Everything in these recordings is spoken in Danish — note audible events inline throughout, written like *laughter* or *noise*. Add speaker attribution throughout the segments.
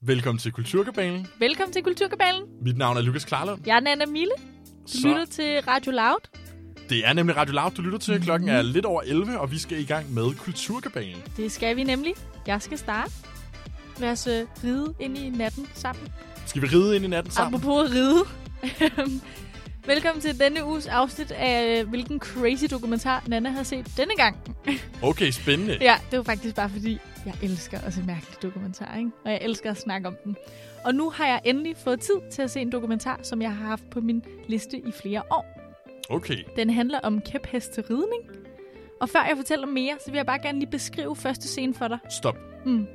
Speaker 1: Velkommen til Kulturkabalen.
Speaker 2: Velkommen til Kulturkabalen.
Speaker 1: Mit navn er Lukas Klarlund.
Speaker 2: Jeg er Nana Mille. Du
Speaker 1: Så-
Speaker 2: Så. lytter Mhm. til Radio Loud.
Speaker 1: Det er nemlig Radio Loud, du lytter til. Klokken er lidt over 11, og vi skal i gang med Kulturkabalen.
Speaker 2: Det skal vi nemlig. Jeg skal starte. Lad os øh, ride ind i natten sammen.
Speaker 1: Skal vi ride ind i natten sammen?
Speaker 2: sammen. Apropos ride. *laughs* Velkommen til denne uges afsnit af, øh, hvilken crazy dokumentar Nana har set denne gang.
Speaker 1: Okay, spændende.
Speaker 2: Ja, det var faktisk bare fordi, jeg elsker at se mærkelige dokumentarer, ikke? og jeg elsker at snakke om dem. Og nu har jeg endelig fået tid til at se en dokumentar, som jeg har haft på min liste i flere år.
Speaker 1: Okay,
Speaker 2: Den handler om kæphesteridning. Og før jeg fortæller mere, så vil jeg bare gerne lige beskrive første scene for dig.
Speaker 1: stop.
Speaker 2: Mm.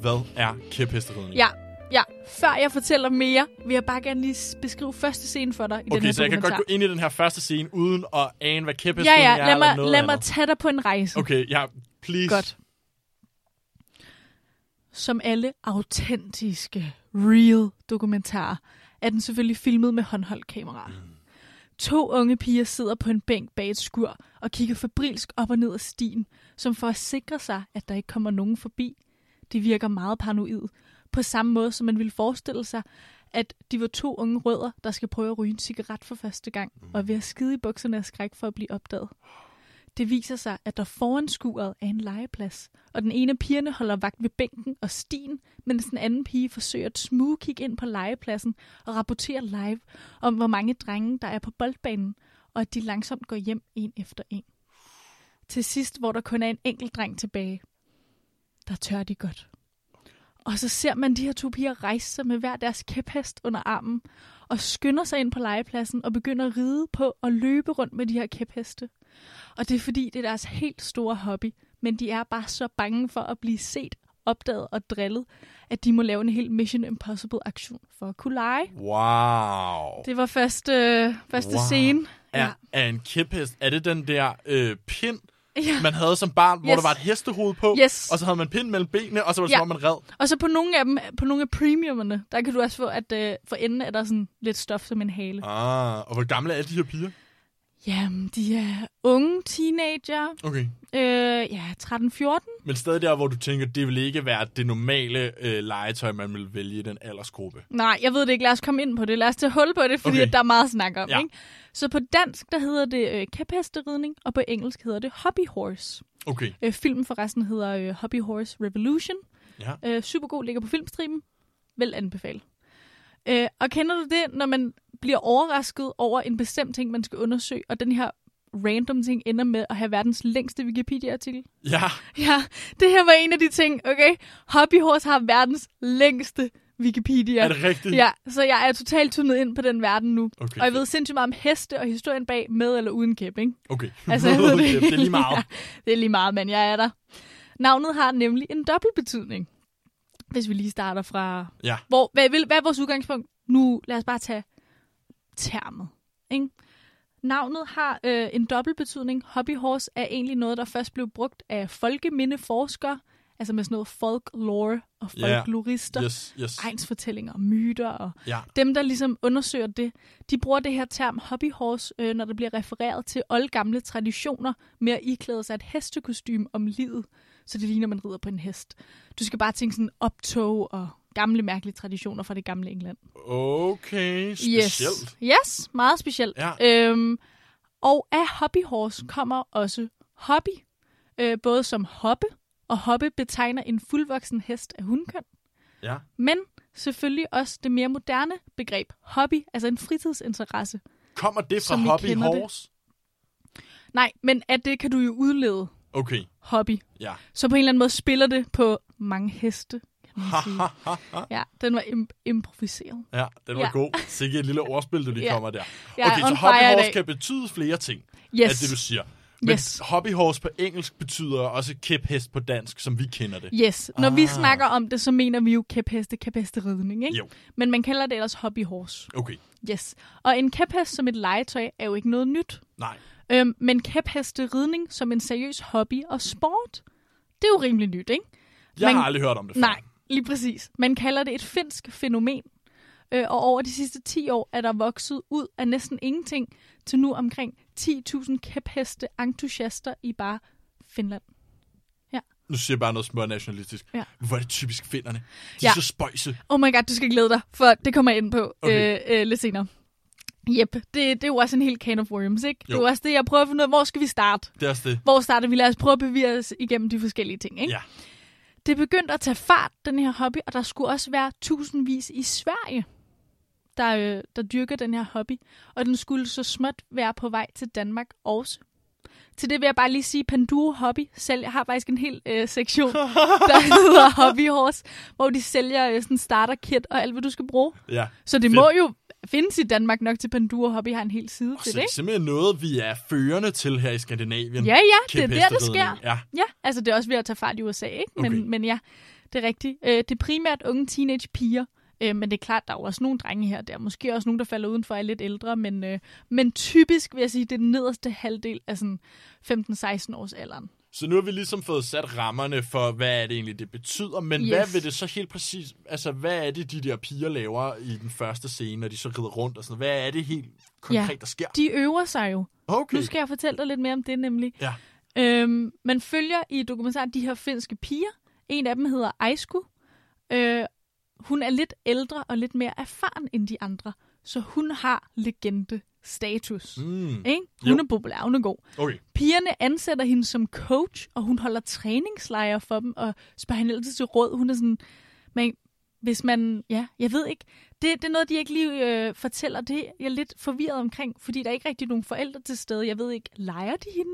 Speaker 1: Hvad er kæphesteridning?
Speaker 2: Ja, ja. Før jeg fortæller mere, vil jeg bare gerne lige s- beskrive første scene for dig i den
Speaker 1: Okay,
Speaker 2: her
Speaker 1: så jeg kan godt
Speaker 2: dokumentar.
Speaker 1: gå ind i den her første scene, uden at ane, hvad
Speaker 2: ja,
Speaker 1: kæphesteridning er,
Speaker 2: ja, lad
Speaker 1: eller
Speaker 2: mig,
Speaker 1: noget
Speaker 2: lad mig
Speaker 1: andet.
Speaker 2: tage dig på en rejse.
Speaker 1: Okay, ja, please.
Speaker 2: Godt. Som alle autentiske, real dokumentarer, er den selvfølgelig filmet med håndholdt kamera. To unge piger sidder på en bænk bag et skur og kigger fabrilsk op og ned ad stien, som for at sikre sig, at der ikke kommer nogen forbi. Det virker meget paranoid, på samme måde som man ville forestille sig, at de var to unge rødder, der skal prøve at ryge en cigaret for første gang, og er ved at skide i bukserne af skræk for at blive opdaget. Det viser sig, at der foran skuret er en legeplads, og den ene af pigerne holder vagt ved bænken og stien, mens den anden pige forsøger at smugkigge ind på legepladsen og rapporterer live om, hvor mange drenge, der er på boldbanen, og at de langsomt går hjem en efter en. Til sidst, hvor der kun er en enkelt dreng tilbage, der tør de godt. Og så ser man de her to piger rejse sig med hver deres kæphest under armen, og skynder sig ind på legepladsen og begynder at ride på og løbe rundt med de her kæpheste. Og det er fordi, det er deres helt store hobby, men de er bare så bange for at blive set, opdaget og drillet, at de må lave en helt Mission Impossible-aktion for at kunne lege.
Speaker 1: Wow.
Speaker 2: Det var første, øh, første
Speaker 1: Wow.
Speaker 2: wow. scene.
Speaker 1: Er, er en kæphest, er det den der øh, pind,
Speaker 2: ja.
Speaker 1: man havde som barn, hvor
Speaker 2: Yes.
Speaker 1: der var et hestehoved på,
Speaker 2: Yes.
Speaker 1: og så havde man pind mellem benene, og så var det
Speaker 2: Ja.
Speaker 1: som om man red.
Speaker 2: Og så på nogle af dem, på nogle af premiumerne, der kan du også få, at øh, for enden er der sådan lidt stof som en hale.
Speaker 1: Ah, og hvor gamle er de her piger?
Speaker 2: Jamen, de er unge teenager.
Speaker 1: Okay.
Speaker 2: Øh, ja, 13-14.
Speaker 1: Men stadig der, hvor du tænker, det vil ikke være det normale øh, legetøj, man vil vælge i den aldersgruppe.
Speaker 2: Nej, jeg ved det ikke. Lad os komme ind på det. Lad os tage hul på det, fordi
Speaker 1: Okay.
Speaker 2: okay. at der er meget at snakke om.
Speaker 1: Ja.
Speaker 2: Ja. Ikke? Så på dansk, der hedder det øh, kæphesteridning, og på engelsk hedder det hobby horse.
Speaker 1: Okay,
Speaker 2: Øh, filmen forresten hedder øh, Hobby Horse Revolution.
Speaker 1: ja.
Speaker 2: Øh, super god, ligger på filmstriben. Vel anbefale. Øh, og kender du det, når man bliver overrasket over en bestemt ting, man skal undersøge, og den her random ting ender med at have verdens længste Wikipedia-artikel? *laughs*
Speaker 1: Ja,
Speaker 2: Ja, det her var en af de ting, okay? Hobby Horse har verdens længste Wikipedia.
Speaker 1: er det rigtigt?
Speaker 2: Ja, så jeg er totalt tunet ind på den verden nu.
Speaker 1: Okay.
Speaker 2: Og jeg ved sindssygt meget om heste og historien bag, med eller uden kæp, ikke?
Speaker 1: Okay,
Speaker 2: *laughs*
Speaker 1: *laughs*
Speaker 2: Altså, jeg ved
Speaker 1: Okay, det er
Speaker 2: hele.
Speaker 1: lige meget.
Speaker 2: Ja, det er lige meget, men jeg er der. Navnet har nemlig en dobbelt betydning. Hvis vi lige starter fra...
Speaker 1: Ja.
Speaker 2: Hvor, hvad, vil, hvad er vores udgangspunkt? Nu lad os bare tage termet. Ikke? Navnet har øh, en dobbelt betydning. Hobbyhorse er egentlig noget, der først blev brugt af folkemindeforskere, altså med sådan noget folklore og
Speaker 1: Ja.
Speaker 2: folklorister, yeah.
Speaker 1: Yes, yes.
Speaker 2: egnsfortællinger og myter og
Speaker 1: Ja.
Speaker 2: dem, der ligesom undersøger det, de bruger det her term hobbyhorse, øh, når der bliver refereret til oldgamle traditioner med at iklæde sig et hestekostym om livet. Så det ligner, man rider på en hest. Du skal bare tænke sådan optog og gamle mærkelige traditioner fra det gamle England.
Speaker 1: Okay, specielt.
Speaker 2: Yes, yes meget specielt.
Speaker 1: Ja.
Speaker 2: Øhm, og af hobbyhorse kommer også hobby. Øh, både som hoppe, og hoppe betegner en fuldvoksen hest af hundkøn.
Speaker 1: Ja.
Speaker 2: Men selvfølgelig også det mere moderne begreb hobby, altså en fritidsinteresse.
Speaker 1: Kommer det fra
Speaker 2: Som vi
Speaker 1: Hobby
Speaker 2: kender det.
Speaker 1: Horse?
Speaker 2: Nej, men af det kan du jo udlede
Speaker 1: Okay,
Speaker 2: hobby.
Speaker 1: ja.
Speaker 2: Så på en eller anden måde spiller det på mange heste, kan man
Speaker 1: *laughs*
Speaker 2: sige. ja, den var im- improviseret.
Speaker 1: Ja, den var
Speaker 2: Ja.
Speaker 1: god. Sikke et lille ordspil, du lige
Speaker 2: Ja.
Speaker 1: kommer der.
Speaker 2: Jeg er
Speaker 1: Okay, så
Speaker 2: on
Speaker 1: Hobby
Speaker 2: fire i
Speaker 1: Horse
Speaker 2: dag.
Speaker 1: kan betyde flere ting,
Speaker 2: Yes,
Speaker 1: er det, du siger. Men
Speaker 2: Yes.
Speaker 1: Hobby Horse på engelsk betyder også kæphest på dansk, som vi kender det.
Speaker 2: yes. Når vi
Speaker 1: Ah.
Speaker 2: snakker om det, så mener vi jo kæpheste, kæphesteridning, ikke?
Speaker 1: Jo,
Speaker 2: Men man kalder det ellers hobbyhorse.
Speaker 1: okay.
Speaker 2: Yes. Og en kæphest som et legetøj er jo ikke noget nyt.
Speaker 1: Nej,
Speaker 2: Øhm, men kæphesteridning som en seriøs hobby og sport, det er jo rimelig nyt, ikke?
Speaker 1: jeg
Speaker 2: Man-
Speaker 1: har aldrig hørt om det før.
Speaker 2: Nej, lige præcis. Man kalder det et finsk fænomen. Øh, og over de sidste 10 år er der vokset ud af næsten ingenting til nu omkring 10.000 kæpheste entusiaster i bare Finland. Ja.
Speaker 1: nu siger jeg bare noget smør nationalistisk.
Speaker 2: Ja.
Speaker 1: Hvor er det typisk finderne? De er
Speaker 2: Ja.
Speaker 1: så spøjse.
Speaker 2: Oh my god, du skal glæde dig, for det kommer jeg ind på
Speaker 1: Okay.
Speaker 2: okay. øh, øh, lidt senere. Jep, det, det er jo også en hel can of worms, ikke? Jo. Det er
Speaker 1: Jo.
Speaker 2: jo også det, jeg prøver at finde ud af, hvor skal vi starte?
Speaker 1: Det er også det.
Speaker 2: Hvor starter vi? Lad os prøve at bevæge os igennem de forskellige ting, ikke?
Speaker 1: Ja.
Speaker 2: Det begyndte at tage fart, den her hobby, og der skulle også være tusindvis i Sverige, der, øh, der dyrker den her hobby. Og den skulle så småt være på vej til Danmark også. Til det vil jeg bare lige sige, Panduro Hobby selv, jeg har faktisk en hel øh, sektion,
Speaker 1: *laughs*
Speaker 2: der hedder Hobby Horse, hvor de sælger øh, sådan starter kit og alt, hvad du skal bruge.
Speaker 1: Ja.
Speaker 2: Så det
Speaker 1: Fedt.
Speaker 2: Fedt. må jo findes i Danmark nok til Panduro Hobby har en hel side
Speaker 1: Og
Speaker 2: til
Speaker 1: så
Speaker 2: det,
Speaker 1: det er
Speaker 2: ikke?
Speaker 1: simpelthen noget, vi er førende til her i Skandinavien.
Speaker 2: Ja, ja, det er
Speaker 1: Kæmpe
Speaker 2: der, det sker.
Speaker 1: hesteridning. Ja.
Speaker 2: Ja, altså det er også ved at tage fart i USA, ikke? Men,
Speaker 1: Okay.
Speaker 2: men ja, det er rigtigt. Øh, det er primært unge teenage piger, øh, men det er klart, der er jo også nogle drenge her og der. Måske også nogle, der falder udenfor og er lidt ældre, men, øh, men typisk vil jeg sige, det er den nederste halvdel af sådan 15-16 års alderen.
Speaker 1: Så nu har vi ligesom fået sat rammerne for, hvad er det egentlig, det betyder, men yes. hvad
Speaker 2: Yes.
Speaker 1: vil det så helt præcis, altså hvad er det, de der piger laver i den første scene, når de så rider rundt og sådan noget? Hvad er det helt konkret, ja. der sker?
Speaker 2: De øver sig jo.
Speaker 1: Okay.
Speaker 2: Nu skal jeg fortælle dig lidt mere om det nemlig.
Speaker 1: Ja.
Speaker 2: Øhm, man følger i dokumentaren de her finske piger. En af dem hedder Aisku. Øh, hun er lidt ældre og lidt mere erfaren end de andre, så hun har legende-status. Mm.
Speaker 1: Mm.
Speaker 2: Ikke? Hun
Speaker 1: Jo.
Speaker 2: er populær, hun er god.
Speaker 1: Okay.
Speaker 2: Pigerne ansætter hende som coach, og hun holder træningslejre for dem, og spørger hende altid til råd. Hun er sådan, men hvis man, ja, jeg ved ikke, det, det er noget, de ikke lige øh, fortæller, det er jeg lidt forvirret omkring, fordi der er ikke rigtig nogen forældre til stede. Jeg ved ikke, leger de hende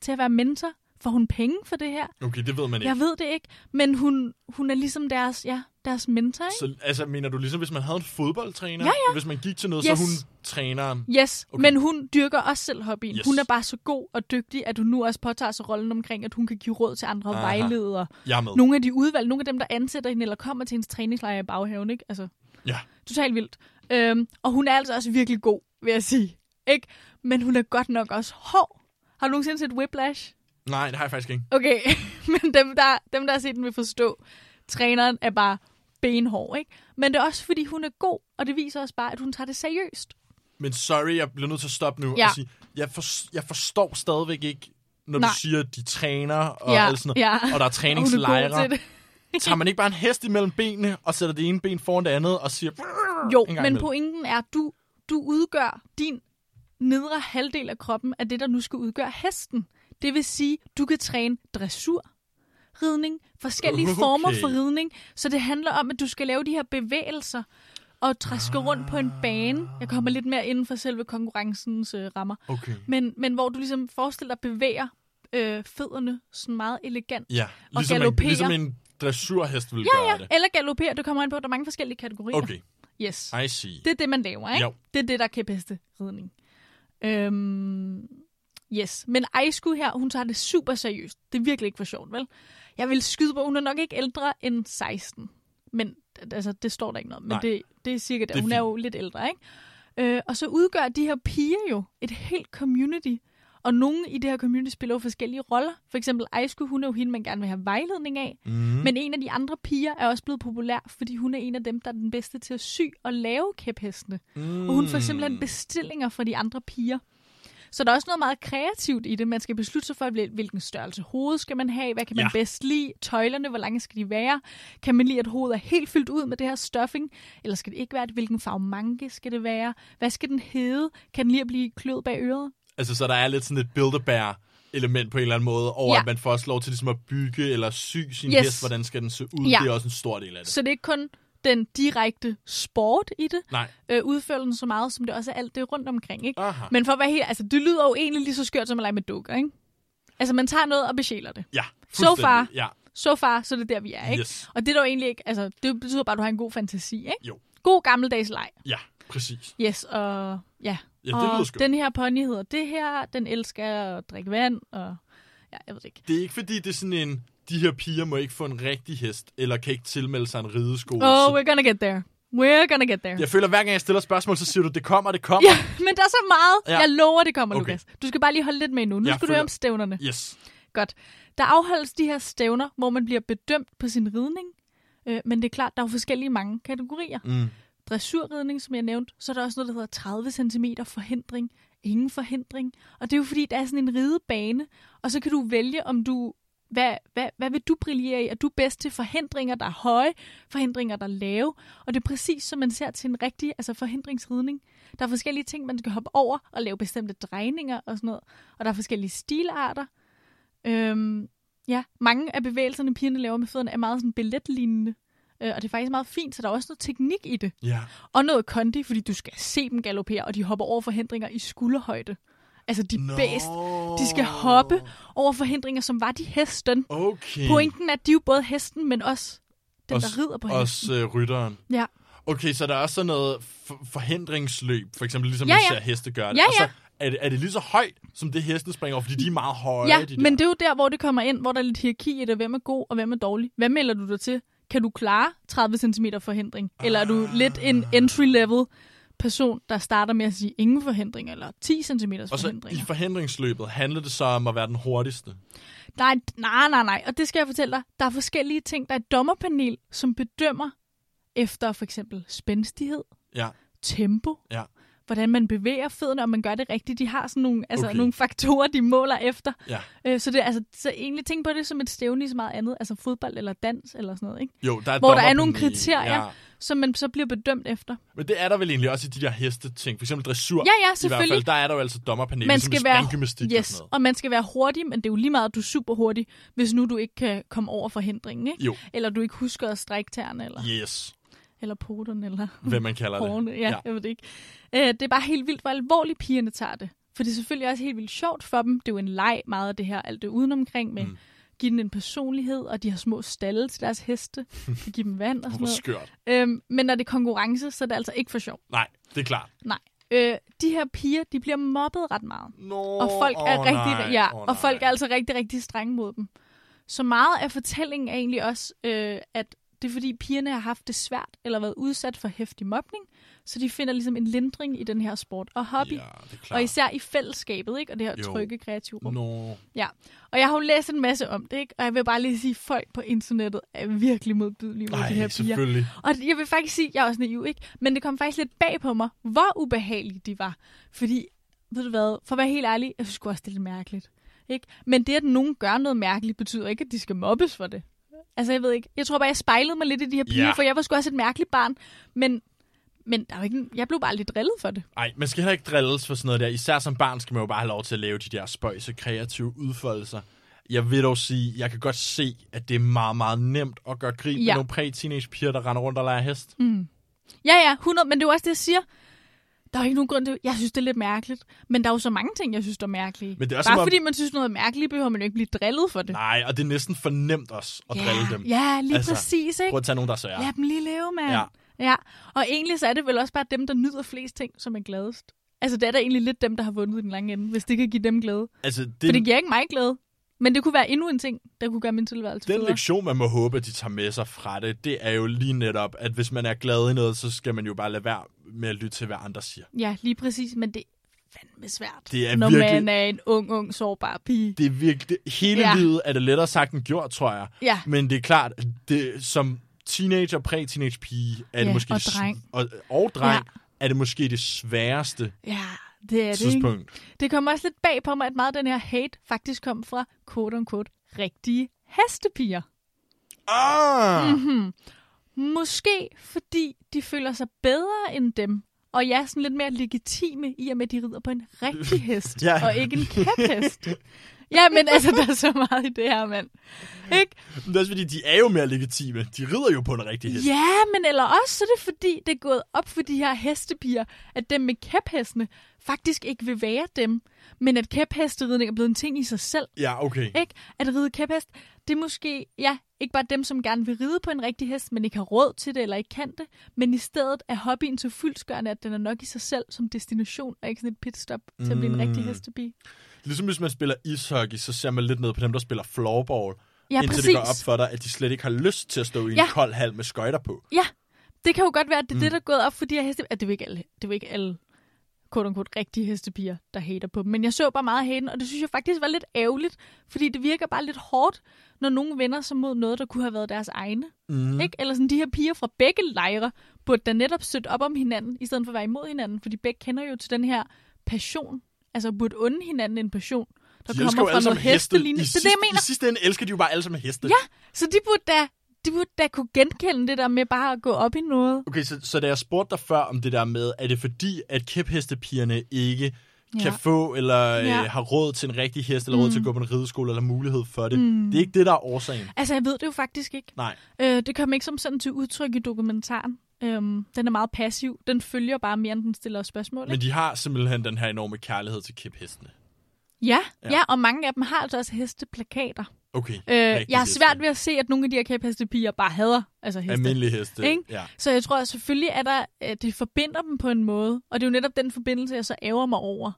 Speaker 2: til at være mentor? Får hun penge for det her?
Speaker 1: okay, det ved man ikke.
Speaker 2: Jeg ved det ikke, men hun, hun er ligesom deres, ja, deres mentor, ikke?
Speaker 1: Så altså, mener du ligesom, hvis man havde en fodboldtræner,
Speaker 2: Ja,
Speaker 1: hvis man gik til noget,
Speaker 2: Yes.
Speaker 1: så hun træneren.
Speaker 2: Yes,
Speaker 1: Okay.
Speaker 2: okay. men hun dyrker også selv hobbyen.
Speaker 1: Yes.
Speaker 2: Yes. Hun er bare så god og dygtig, at hun nu også påtager sig rollen omkring, at hun kan give råd til andre og
Speaker 1: Aha.
Speaker 2: vejlede og
Speaker 1: Jeg er med.
Speaker 2: nogle af de udvalg, nogle af dem, der ansætter hende eller kommer til hendes træningslejr i baghaven, ikke? Altså,
Speaker 1: Ja.
Speaker 2: totalt vildt. Øhm, og hun er altså også virkelig god, vil jeg sige. Ikke? Men hun er godt nok også hård. Har du nogensinde set Whiplash?
Speaker 1: Nej, det har jeg faktisk ikke.
Speaker 2: Okay, *laughs* men dem der, dem, der har set den, vil forstå. Træneren er bare benhård, ikke? Men det er også, fordi hun er god, og det viser også bare, at hun tager det seriøst.
Speaker 1: Men sorry, jeg bliver nødt til at stoppe nu
Speaker 2: Ja.
Speaker 1: og sige, jeg, for, jeg forstår stadigvæk ikke, når
Speaker 2: Nej.
Speaker 1: du siger, at de træner og
Speaker 2: Ja,
Speaker 1: alt sådan noget,
Speaker 2: ja.
Speaker 1: og der er
Speaker 2: Og hun er god
Speaker 1: træningslejre.
Speaker 2: til det.
Speaker 1: Tager man ikke bare en hest imellem benene, og sætter det ene ben foran det andet, og siger...
Speaker 2: Jo,
Speaker 1: en gang
Speaker 2: men
Speaker 1: imellem?
Speaker 2: pointen er, at du, du udgør din nedre halvdel af kroppen af det, der nu skal udgøre hesten. Det vil sige, du kan træne dressur, ridning, forskellige
Speaker 1: Okay.
Speaker 2: okay. former for ridning. Så det handler om, at du skal lave de her bevægelser og træske rundt på en bane. Jeg kommer lidt mere inden for selve konkurrencens øh, rammer.
Speaker 1: Okay.
Speaker 2: Men, men hvor du ligesom forestiller dig bevæger øh, fødderne sådan meget elegant.
Speaker 1: Ja,
Speaker 2: Og
Speaker 1: ligesom en,
Speaker 2: galopperer.
Speaker 1: ligesom en dressurhest ville
Speaker 2: Ja,
Speaker 1: gøre
Speaker 2: ja.
Speaker 1: det.
Speaker 2: Eller galopperer. Du kommer ind på, at der er mange forskellige kategorier.
Speaker 1: Okay,
Speaker 2: Yes.
Speaker 1: I see.
Speaker 2: Det er det, man laver, ikke?
Speaker 1: Jo.
Speaker 2: Det er det, der kan bedste ridning. Øhm, yes. Men Aisku her, hun tager det super seriøst. Det er virkelig ikke for sjovt, vel? Jeg vil skyde på, hun er nok ikke ældre end 16. Men altså, det står der ikke noget. om, Men
Speaker 1: Nej.
Speaker 2: det, det er cirka der.
Speaker 1: Det er
Speaker 2: hun er jo lidt ældre, ikke? Øh, og så udgør de her piger jo et helt community. Og nogen i det her community spiller jo forskellige roller. For eksempel Aisku, hun er jo hende, man gerne vil have vejledning af.
Speaker 1: Mm.
Speaker 2: Men en af de andre piger er også blevet populær, fordi hun er en af dem, der er den bedste til at sy og lave kæphestene.
Speaker 1: Mm.
Speaker 2: Og hun får simpelthen bestillinger fra de andre piger. Så der er også noget meget kreativt i det. Man skal beslutte sig for, hvil- hvilken størrelse hoved skal man have, hvad kan man
Speaker 1: Ja.
Speaker 2: ja. bedst lide, tøjlerne, hvor lange skal de være, kan man lide, at hovedet er helt fyldt ud med det her stuffing, eller skal det ikke være, det? hvilken farve manke skal det være, hvad skal den hedde, kan den lige at blive kløet bag øret?
Speaker 1: Altså, så der er lidt sådan et build element på en eller anden måde, over
Speaker 2: Ja.
Speaker 1: at man får også lov til ligesom at bygge eller sy sin
Speaker 2: Yes.
Speaker 1: hest, hvordan skal den se ud.
Speaker 2: Ja.
Speaker 1: Det er også en stor del af det.
Speaker 2: Så det er ikke kun den direkte sport i det,
Speaker 1: Nej,
Speaker 2: øh, udfører den så meget, som det også er alt det rundt omkring. Ikke?
Speaker 1: aha.
Speaker 2: Men for at være helt, altså det lyder jo egentlig lige så skørt som at lege med dukker, ikke? Altså man tager noget og besjæler det.
Speaker 1: Ja,
Speaker 2: So far.
Speaker 1: fuldstændig. Ja,
Speaker 2: Så far, så er det der, vi er, ikke?
Speaker 1: Yes.
Speaker 2: Og det er der jo egentlig ikke, altså det betyder bare, at du har en god fantasi, ikke?
Speaker 1: Jo.
Speaker 2: God gammeldags leg.
Speaker 1: ja, præcis.
Speaker 2: Yes, og ja.
Speaker 1: Ja, det
Speaker 2: og
Speaker 1: lyder skørt.
Speaker 2: den her pony hedder det her, den elsker at drikke vand, og ja, jeg ved det ikke.
Speaker 1: Det er ikke fordi, det er sådan en, de her piger må ikke få en rigtig hest, eller kan ikke tilmelde sig en rideskole.
Speaker 2: Oh,
Speaker 1: så
Speaker 2: we're gonna get there. We're gonna get there.
Speaker 1: jeg føler, hver gang jeg stiller spørgsmål, så siger du, det kommer, det kommer.
Speaker 2: Ja, *laughs* men der er så meget.
Speaker 1: Ja.
Speaker 2: Ja. Jeg lover, det kommer,
Speaker 1: Okay.
Speaker 2: okay. Lukas. Du skal bare lige holde lidt med nu. Nu
Speaker 1: Jeg
Speaker 2: skal du
Speaker 1: følger-
Speaker 2: høre om stævnerne.
Speaker 1: Yes.
Speaker 2: Godt. Der afholdes de her stævner, hvor man bliver bedømt på sin ridning. Øh, men det er klart, der er jo forskellige mange kategorier.
Speaker 1: Mm.
Speaker 2: Dressurridning, som jeg nævnte, så er der også noget, der hedder 30 cm forhindring. Ingen forhindring. Og det er jo fordi, der er sådan en ridebane, og så kan du vælge, om du hvad, hvad, hvad vil du brillere i? Er du bedst til forhindringer, der er høje, forhindringer, der er lave? Og det er præcis, som man ser til en rigtig altså forhindringsridning. Der er forskellige ting, man skal hoppe over og lave bestemte drejninger og sådan noget. Og der er forskellige stilarter. Øhm, ja, mange af bevægelserne, pigerne laver med fødderne, er meget sådan balletlignende. Øh, og det er faktisk meget fint, så der er også noget teknik i det.
Speaker 1: Ja.
Speaker 2: Og noget kondi, fordi du skal se dem galopere, og de hopper over forhindringer i skulderhøjde. Altså, de no. bedst de skal hoppe over forhindringer, som var de hesten.
Speaker 1: Okay.
Speaker 2: Pointen er, at de er jo både hesten, men også den,
Speaker 1: Også-
Speaker 2: der rider på hesten.
Speaker 1: Også øh, rytteren.
Speaker 2: Ja.
Speaker 1: Okay, så der er også sådan noget f- forhindringsløb, for eksempel ligesom
Speaker 2: Ja,
Speaker 1: ja, ja.
Speaker 2: ja.
Speaker 1: man ser heste gøre det.
Speaker 2: Ja,
Speaker 1: Og så
Speaker 2: ja.
Speaker 1: er det, er det lige så højt, som det hesten springer over, fordi de er meget høje.
Speaker 2: ja,
Speaker 1: de der.
Speaker 2: men det er jo der, hvor det kommer ind, hvor der er lidt hierarki i det. Hvem er god, og hvem er dårlig? Hvad melder du dig til? Kan du klare 30 cm forhindring? Eller er
Speaker 1: Ah.
Speaker 2: du lidt en entry-level person, der starter med at sige ingen forhindring, eller 10 cm
Speaker 1: Og så i
Speaker 2: forhindringer?
Speaker 1: forhindringsløbet handler det så om at være den hurtigste.
Speaker 2: Nej, nej, nej, nej. Og det skal jeg fortælle dig. Der er forskellige ting. Der er et dommerpanel, som bedømmer efter for eksempel spændstighed,
Speaker 1: Ja,
Speaker 2: tempo,
Speaker 1: Ja.
Speaker 2: hvordan man bevæger fødderne, og man gør det rigtigt. De har sådan nogle, altså,
Speaker 1: Okay.
Speaker 2: okay. nogle faktorer, de måler efter.
Speaker 1: ja.
Speaker 2: Øh, så, det, er altså, så egentlig tænk på det som et stævne i så meget andet, altså fodbold eller dans eller sådan noget, ikke?
Speaker 1: Jo, der er
Speaker 2: Hvor der er
Speaker 1: dommerpanel,
Speaker 2: nogle kriterier.
Speaker 1: Ja.
Speaker 2: som man så bliver bedømt efter.
Speaker 1: Men det er der vel egentlig også i de der heste-ting. For eksempel dressur.
Speaker 2: Ja, ja,
Speaker 1: I hvert fald,
Speaker 2: selvfølgelig.
Speaker 1: der er der jo altså dommerpanel,
Speaker 2: Man
Speaker 1: ligesom
Speaker 2: skal
Speaker 1: i
Speaker 2: være-
Speaker 1: springgymnastik og
Speaker 2: Yes,
Speaker 1: sådan noget.
Speaker 2: og man skal være hurtig, men det er jo lige meget, at du er super hurtig, hvis nu du ikke kan komme over forhindringen, ikke?
Speaker 1: Jo,
Speaker 2: Eller du ikke husker at strække tæerne, eller,
Speaker 1: yes.
Speaker 2: eller poterne, eller
Speaker 1: Hvad man kalder det.
Speaker 2: hårene. Ja, ja,
Speaker 1: Ja.
Speaker 2: jeg ved det ikke. Øh, det er bare helt vildt, hvor alvorligt pigerne tager det. For det er selvfølgelig også helt vildt sjovt for dem. Det er jo en leg, meget af det her, alt det udenomkring med mm.
Speaker 1: Mm.
Speaker 2: give den en personlighed, og de har små stalle til deres
Speaker 1: *laughs*
Speaker 2: heste, og give dem vand og sådan
Speaker 1: Hvor
Speaker 2: noget.
Speaker 1: skørt.
Speaker 2: Øhm, men når det er konkurrence, så er det altså ikke for sjov.
Speaker 1: Nej, det er klart.
Speaker 2: Øh, de her piger, de bliver mobbet ret meget.
Speaker 1: No,
Speaker 2: Og folk er
Speaker 1: åh,
Speaker 2: rigtig,
Speaker 1: nej,
Speaker 2: ja,
Speaker 1: åh,
Speaker 2: og folk er
Speaker 1: nej.
Speaker 2: altså rigtig, rigtig strenge mod dem. Så meget af fortællingen er egentlig også, øh, at det er fordi pigerne har haft det svært, eller været udsat for hæftig mobning, så de finder ligesom en lindring i den her sport og hobby.
Speaker 1: Ja, det er klart.
Speaker 2: og især i fællesskabet, ikke? Og det her
Speaker 1: Jo.
Speaker 2: trygge, kreative rum.
Speaker 1: No.
Speaker 2: Og jeg har jo læst en masse om det, ikke? Og jeg vil bare lige sige, at folk på internettet er virkelig modbydelige mod de
Speaker 1: Nej,
Speaker 2: her piger.
Speaker 1: selvfølgelig.
Speaker 2: Og jeg vil faktisk sige, at jeg er også naiv, ikke? Men det kom faktisk lidt bag på mig, hvor ubehagelige de var. Fordi, ved du hvad, for at være helt ærlig, jeg synes sgu også, det er lidt mærkeligt. Ikke? Men det, at nogen gør noget mærkeligt, betyder ikke, at de skal mobbes for det. Altså, jeg ved ikke. Jeg tror bare, jeg spejlede mig lidt i de her piger,
Speaker 1: Ja.
Speaker 2: for jeg var sgu også et mærkeligt barn. Men, men der var ikke, jeg blev bare lidt drillet for det.
Speaker 1: Nej, man skal heller ikke drilles for sådan noget der. Især som barn skal man jo bare have lov til at lave de der spøjse, kreative udfoldelser. Jeg vil dog sige, jeg kan godt se, at det er meget, meget nemt at gøre grin ja. med
Speaker 2: Ja.
Speaker 1: nogle præ-teenage-piger, der render rundt og leger hest.
Speaker 2: Ja, ja, 100, men det er jo også det, jeg siger. Der er jo ikke nogen grund til, jeg synes, det er lidt mærkeligt. Men der er jo så mange ting, jeg synes, der er mærkelige.
Speaker 1: Men det er også
Speaker 2: bare
Speaker 1: som om-
Speaker 2: fordi man synes, noget er mærkeligt, behøver man jo ikke blive drillet for det.
Speaker 1: Nej, og det er næsten for nemt også at
Speaker 2: ja,
Speaker 1: drille dem.
Speaker 2: Ja, lige altså,
Speaker 1: Altså,
Speaker 2: præcis, ikke?
Speaker 1: Prøv at tage nogen, der er svære.
Speaker 2: Lad dem lige leve, mand.
Speaker 1: Ja.
Speaker 2: ja. Og egentlig så er det vel også bare dem, der nyder flest ting, som er gladest. Altså, det er da egentlig lidt dem, der har vundet i den lange ende, hvis det kan give dem glæde.
Speaker 1: Altså, det,
Speaker 2: Det... For det giver ikke mig glæde. Men det kunne være endnu en ting, der kunne gøre min tilværelse
Speaker 1: den
Speaker 2: federe.
Speaker 1: lektion, man må håbe, at de tager med sig fra det, det er jo lige netop, at hvis man er glad i noget, så skal man jo bare lade være med at lytte til, hvad andre siger.
Speaker 2: Ja, lige præcis. Men det er fandme svært,
Speaker 1: Det er
Speaker 2: når
Speaker 1: virkelig-
Speaker 2: man er en ung, ung, sårbar pige.
Speaker 1: Det er virkelig, det, hele
Speaker 2: Ja.
Speaker 1: ja. livet er det lettere sagt end gjort, tror jeg.
Speaker 2: Ja,
Speaker 1: Men det er klart, at det, som teenager, præ-teenage pige, er det
Speaker 2: Ja,
Speaker 1: måske...
Speaker 2: og
Speaker 1: det sv-
Speaker 2: dreng.
Speaker 1: Og, og dreng, ja. er det måske det sværeste det,
Speaker 2: ja, det er det, ikke?
Speaker 1: tidspunkt.
Speaker 2: Det kom også lidt bag på mig, at meget af den her hate faktisk kom fra, quote unquote, rigtige hestepiger.
Speaker 1: Ah!
Speaker 2: Mhm.
Speaker 1: Mm.
Speaker 2: Måske fordi de føler sig bedre end dem, og jeg er sådan lidt mere legitime i og med, at de rider på en rigtig hest,
Speaker 1: Ja.
Speaker 2: og ikke en kæphest. ja, men altså, der er så meget i det her, mand. Ikke?
Speaker 1: Det er også fordi, de er jo mere legitime. De rider jo på en rigtig hest.
Speaker 2: Ja, men eller også så er det, fordi det er gået op for de her hestepiger, at dem med kæphestene faktisk ikke vil være dem, men at kæphesteridning er blevet en ting i sig selv.
Speaker 1: Ja, okay.
Speaker 2: Ikke? At ride kæphest, det er måske, ja, ikke bare dem, som gerne vil ride på en rigtig hest, men ikke har råd til det eller ikke kan det, men i stedet er hobbyen så fuldskørende, at den er nok i sig selv som destination, og ikke sådan et pitstop til at blive en rigtig
Speaker 1: Mm.
Speaker 2: hestebi.
Speaker 1: Ligesom hvis man spiller ishockey, så ser man lidt ned på dem, der spiller floorball.
Speaker 2: Ja,
Speaker 1: indtil
Speaker 2: præcis.
Speaker 1: det går op for dig, at de slet ikke har lyst til at stå i en
Speaker 2: Ja.
Speaker 1: kold hal med skøjter på.
Speaker 2: Ja, det kan jo godt være, at det er mm. det, der er gået op for de her heste... At det er jo ikke alle, det er jo ikke alle quote unquote, rigtige hestepiger, der hater på dem. Men jeg så bare meget haten, og det synes jeg faktisk var lidt ærgerligt, fordi det virker bare lidt hårdt, når nogen vender sig mod noget, der kunne have været deres egne.
Speaker 1: Mm.
Speaker 2: Ikke? Eller sådan de her piger fra begge lejre burde da netop støtte op om hinanden, i stedet for at være imod hinanden, fordi begge kender jo til den her passion. Altså burde unde hinanden en passion, der
Speaker 1: De
Speaker 2: kommer
Speaker 1: elsker jo
Speaker 2: fra
Speaker 1: alle
Speaker 2: noget
Speaker 1: sammen heste. I,
Speaker 2: hestelignende. Det er
Speaker 1: sidste,
Speaker 2: det, jeg mener.
Speaker 1: I sidste ende elsker de jo bare alle sammen heste.
Speaker 2: Ja. Så de burde da, de burde da kunne genkende det der med bare at gå op i noget.
Speaker 1: Okay, så, så da jeg spurgte dig før om det der med, er det fordi, at kæphestepigerne ikke ja.
Speaker 2: Ja.
Speaker 1: kan få eller ja.
Speaker 2: Ja.
Speaker 1: øh, har råd til en rigtig hest, eller mm. råd til at gå på en rideskole, eller mulighed for det? Mm. Det er ikke det, der er årsagen.
Speaker 2: Altså, jeg ved det jo faktisk ikke.
Speaker 1: Nej.
Speaker 2: Øh, det kom ikke som sådan til udtryk i dokumentaren. Øhm, den er meget passiv. Den følger bare mere, end den stiller os spørgsmål.
Speaker 1: Men de har simpelthen den her enorme kærlighed til kæphestene.
Speaker 2: Ja,
Speaker 1: Ja.
Speaker 2: ja. ja, og mange af dem har altså også hesteplakater.
Speaker 1: Okay.
Speaker 2: Øh, jeg har
Speaker 1: heste.
Speaker 2: svært ved at se, at nogle af de her kæphestepiger bare hader altså heste.
Speaker 1: Almindelige heste.
Speaker 2: Ikke?
Speaker 1: Ja.
Speaker 2: Så jeg tror, at selvfølgelig er der, at det forbinder dem på en måde, og det er jo netop den forbindelse, jeg så ærger mig over,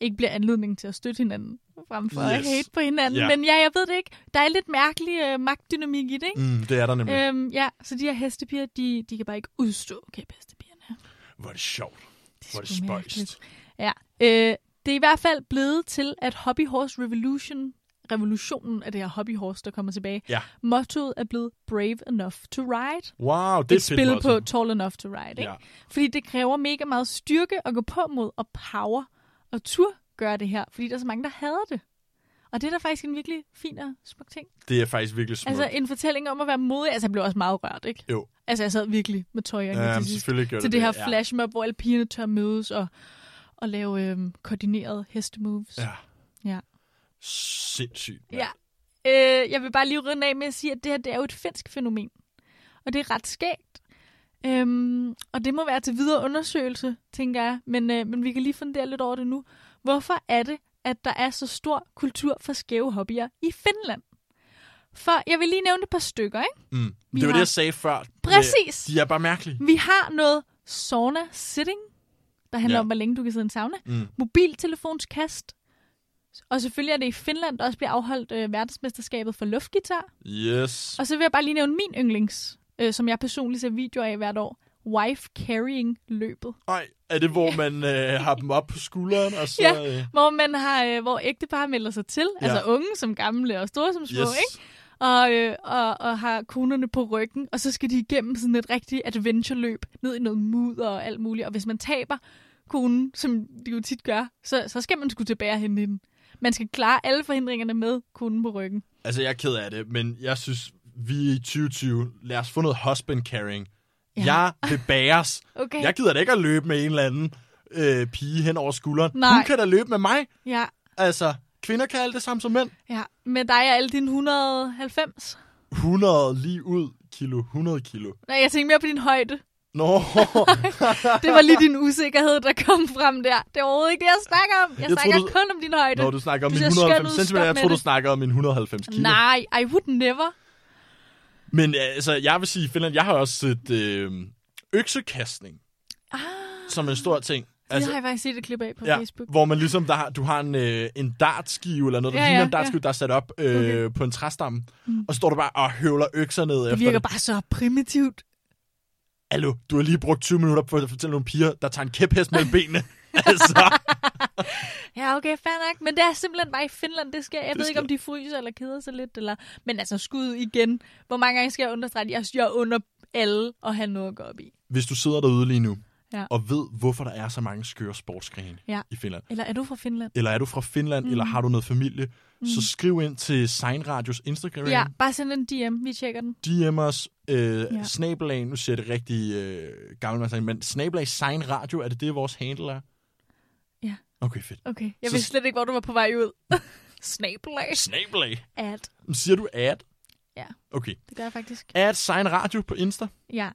Speaker 2: ikke bliver anledningen til at støtte hinanden, frem for yes. at
Speaker 1: Yes.
Speaker 2: hate på hinanden.
Speaker 1: Ja.
Speaker 2: Men ja, jeg ved det ikke. Der er lidt mærkelig øh, magtdynamik i det, ikke?
Speaker 1: Mm, det er der nemlig. Øh.
Speaker 2: Øhm, ja, så de her hestepiger, de, de kan bare ikke udstå kæphestepigerne.
Speaker 1: Hvor er det sjovt.
Speaker 2: Det
Speaker 1: Hvor er det
Speaker 2: sgu
Speaker 1: spøjst.
Speaker 2: mærkeligt. Ja, øh, det er i hvert fald blevet til, at Hobby Horse Revolution, revolutionen af det her Hobby Horse, der kommer tilbage,
Speaker 1: Ja.
Speaker 2: mottoet er blevet Brave Enough to Ride.
Speaker 1: Wow, det er
Speaker 2: Det et
Speaker 1: et fedt
Speaker 2: spil
Speaker 1: motto.
Speaker 2: på Tall Enough to Ride, ikke?
Speaker 1: Ja.
Speaker 2: Fordi det kræver mega meget styrke at gå på mod og power og tur gøre det her, fordi der er så mange, der hader det. Og det er da faktisk en virkelig fin og smuk ting.
Speaker 1: Det er faktisk virkelig smukt.
Speaker 2: Altså en fortælling om at være modig. Altså jeg blev også meget rørt, ikke?
Speaker 1: Jo.
Speaker 2: Altså jeg sad virkelig med tøj og
Speaker 1: ja,
Speaker 2: ja,
Speaker 1: men
Speaker 2: til, sidst,
Speaker 1: Øhm, selvfølgelig gør
Speaker 2: til det her
Speaker 1: ja.
Speaker 2: flashmob, hvor alle pigerne tør mødes og, og lave øhm, koordinerede hestemoves.
Speaker 1: Ja.
Speaker 2: Ja.
Speaker 1: Sindssygt. mand.
Speaker 2: Ja. Øh, jeg vil bare lige runde af med at sige, at det her det er jo et finsk fænomen. Og det er ret skægt. Øhm, og det må være til videre undersøgelse, tænker jeg. Men, øh, men vi kan lige fundere lidt over det nu. Hvorfor er det, at der er så stor kultur for skæve hobbyer i Finland? For jeg vil lige nævne et par stykker, ikke?
Speaker 1: Mm.
Speaker 2: Vi
Speaker 1: Det var det,
Speaker 2: har-
Speaker 1: jeg sagde før. Det-
Speaker 2: Præcis!
Speaker 1: De er bare mærkelige.
Speaker 2: Vi har noget sauna sitting, der handler
Speaker 1: Ja.
Speaker 2: ja. om, hvor længe du kan sidde i en sauna.
Speaker 1: Mm.
Speaker 2: Mobiltelefonskast. Og selvfølgelig er det i Finland, der også bliver afholdt øh, verdensmesterskabet for luftgitar.
Speaker 1: Yes.
Speaker 2: Og så vil jeg bare lige nævne min yndlings, øh, som jeg personligt ser videoer af hvert år. Wife Carrying løbet.
Speaker 1: Nej, er det, hvor man øh, har dem op på skulderen, og så...
Speaker 2: Ja.
Speaker 1: Øh,
Speaker 2: Hvor man har, øh, hvor ægtepar melder sig til.
Speaker 1: Ja.
Speaker 2: Ja. Altså unge som gamle og store som små,
Speaker 1: yes.
Speaker 2: ikke? Og, øh, og, og har konerne på ryggen, og så skal de igennem sådan et rigtigt adventureløb ned i noget mudder og alt muligt. Og hvis man taber konen, som de jo tit gør, så, så skal man skulle tilbage og hente hende. Man skal klare alle forhindringerne med konen på ryggen.
Speaker 1: Altså, jeg er ked af det, men jeg synes, vi i 2020, lad os få noget husband carrying. Ja.
Speaker 2: Ja.
Speaker 1: Jeg vil
Speaker 2: *laughs*
Speaker 1: bæres.
Speaker 2: Okay.
Speaker 1: Jeg gider da ikke at løbe med en eller anden øh, pige hen over skulderen.
Speaker 2: Nej.
Speaker 1: Hun kan da løbe med mig.
Speaker 2: Ja,
Speaker 1: Altså, kvinder kan alt det samme som mænd.
Speaker 2: ja. Med dig og alle dine 190.
Speaker 1: 100 lige ud kilo, 100 kilo.
Speaker 2: Nej, jeg tænkte mere på din højde. *laughs*
Speaker 1: Nå,
Speaker 2: Det var
Speaker 1: *laughs*
Speaker 2: lige din usikkerhed, der kom frem der. Det er overhovedet ikke det, jeg snakker om. Jeg,
Speaker 1: Jeg
Speaker 2: jeg snakker
Speaker 1: troede,
Speaker 2: du... kun om din højde.
Speaker 1: Når du snakker om
Speaker 2: Du
Speaker 1: min
Speaker 2: ser skøn ud,
Speaker 1: 190
Speaker 2: stop
Speaker 1: cm, jeg
Speaker 2: med
Speaker 1: tror, du
Speaker 2: det.
Speaker 1: snakker om min 190 kilo.
Speaker 2: Nej, I would never.
Speaker 1: Men altså, jeg vil sige, i Finland, jeg har også set øh, øksekastning
Speaker 2: Ah,
Speaker 1: som en stor ting.
Speaker 2: altså, det
Speaker 1: Altså,
Speaker 2: har jeg faktisk set et klip af på
Speaker 1: ja,
Speaker 2: Facebook.
Speaker 1: hvor man ligesom, der, har- du har en, øh, en dartskive eller noget, der
Speaker 2: Ja,
Speaker 1: ja, ligner
Speaker 2: ja,
Speaker 1: en dartskive, ja. der er sat op øh, okay.
Speaker 2: Okay.
Speaker 1: på en træstamme, mm. og så står du bare og høvler økser ned
Speaker 2: Det
Speaker 1: efter
Speaker 2: virker
Speaker 1: det.
Speaker 2: bare så primitivt.
Speaker 1: Hallo, du har lige brugt 20 minutter på at fortælle nogle piger, der tager en kæphest mellem
Speaker 2: *laughs*
Speaker 1: benene. altså,
Speaker 2: Ja, okay, fair nok. Men det er simpelthen bare i Finland, det sker. Jeg
Speaker 1: Det
Speaker 2: det ved ikke,
Speaker 1: sker.
Speaker 2: om de fryser eller keder sig lidt. Eller... Men altså, skud igen. Hvor mange gange skal jeg understrege, at jeg, jeg under alle at have noget at gå op i.
Speaker 1: hvis du sidder derude lige nu,
Speaker 2: Ja.
Speaker 1: og ved, hvorfor der er så mange skøre sportsgrene
Speaker 2: Ja.
Speaker 1: i Finland,
Speaker 2: Eller er du fra Finland?
Speaker 1: eller er du fra Finland, mm. eller har du noget familie, mm. så skriv ind til Sign Radios Instagram,
Speaker 2: Ja, bare send en DM. Vi tjekker den.
Speaker 1: DM os, øh, ja.
Speaker 2: Ja.
Speaker 1: snabelag, nu siger jeg det rigtig øh, gammelt, men snabelag Sign Radio, er det det, vores handle er?
Speaker 2: Ja.
Speaker 1: Okay, fedt.
Speaker 2: Okay, jeg
Speaker 1: Så-
Speaker 2: vidste slet ikke, hvor du var på vej ud. *laughs* Snabelag.
Speaker 1: Snabelag.
Speaker 2: At.
Speaker 1: Siger du ad?
Speaker 2: Ja.
Speaker 1: Okay.
Speaker 2: Det gør jeg faktisk.
Speaker 1: Ad Sign Radio på Insta.
Speaker 2: Ja,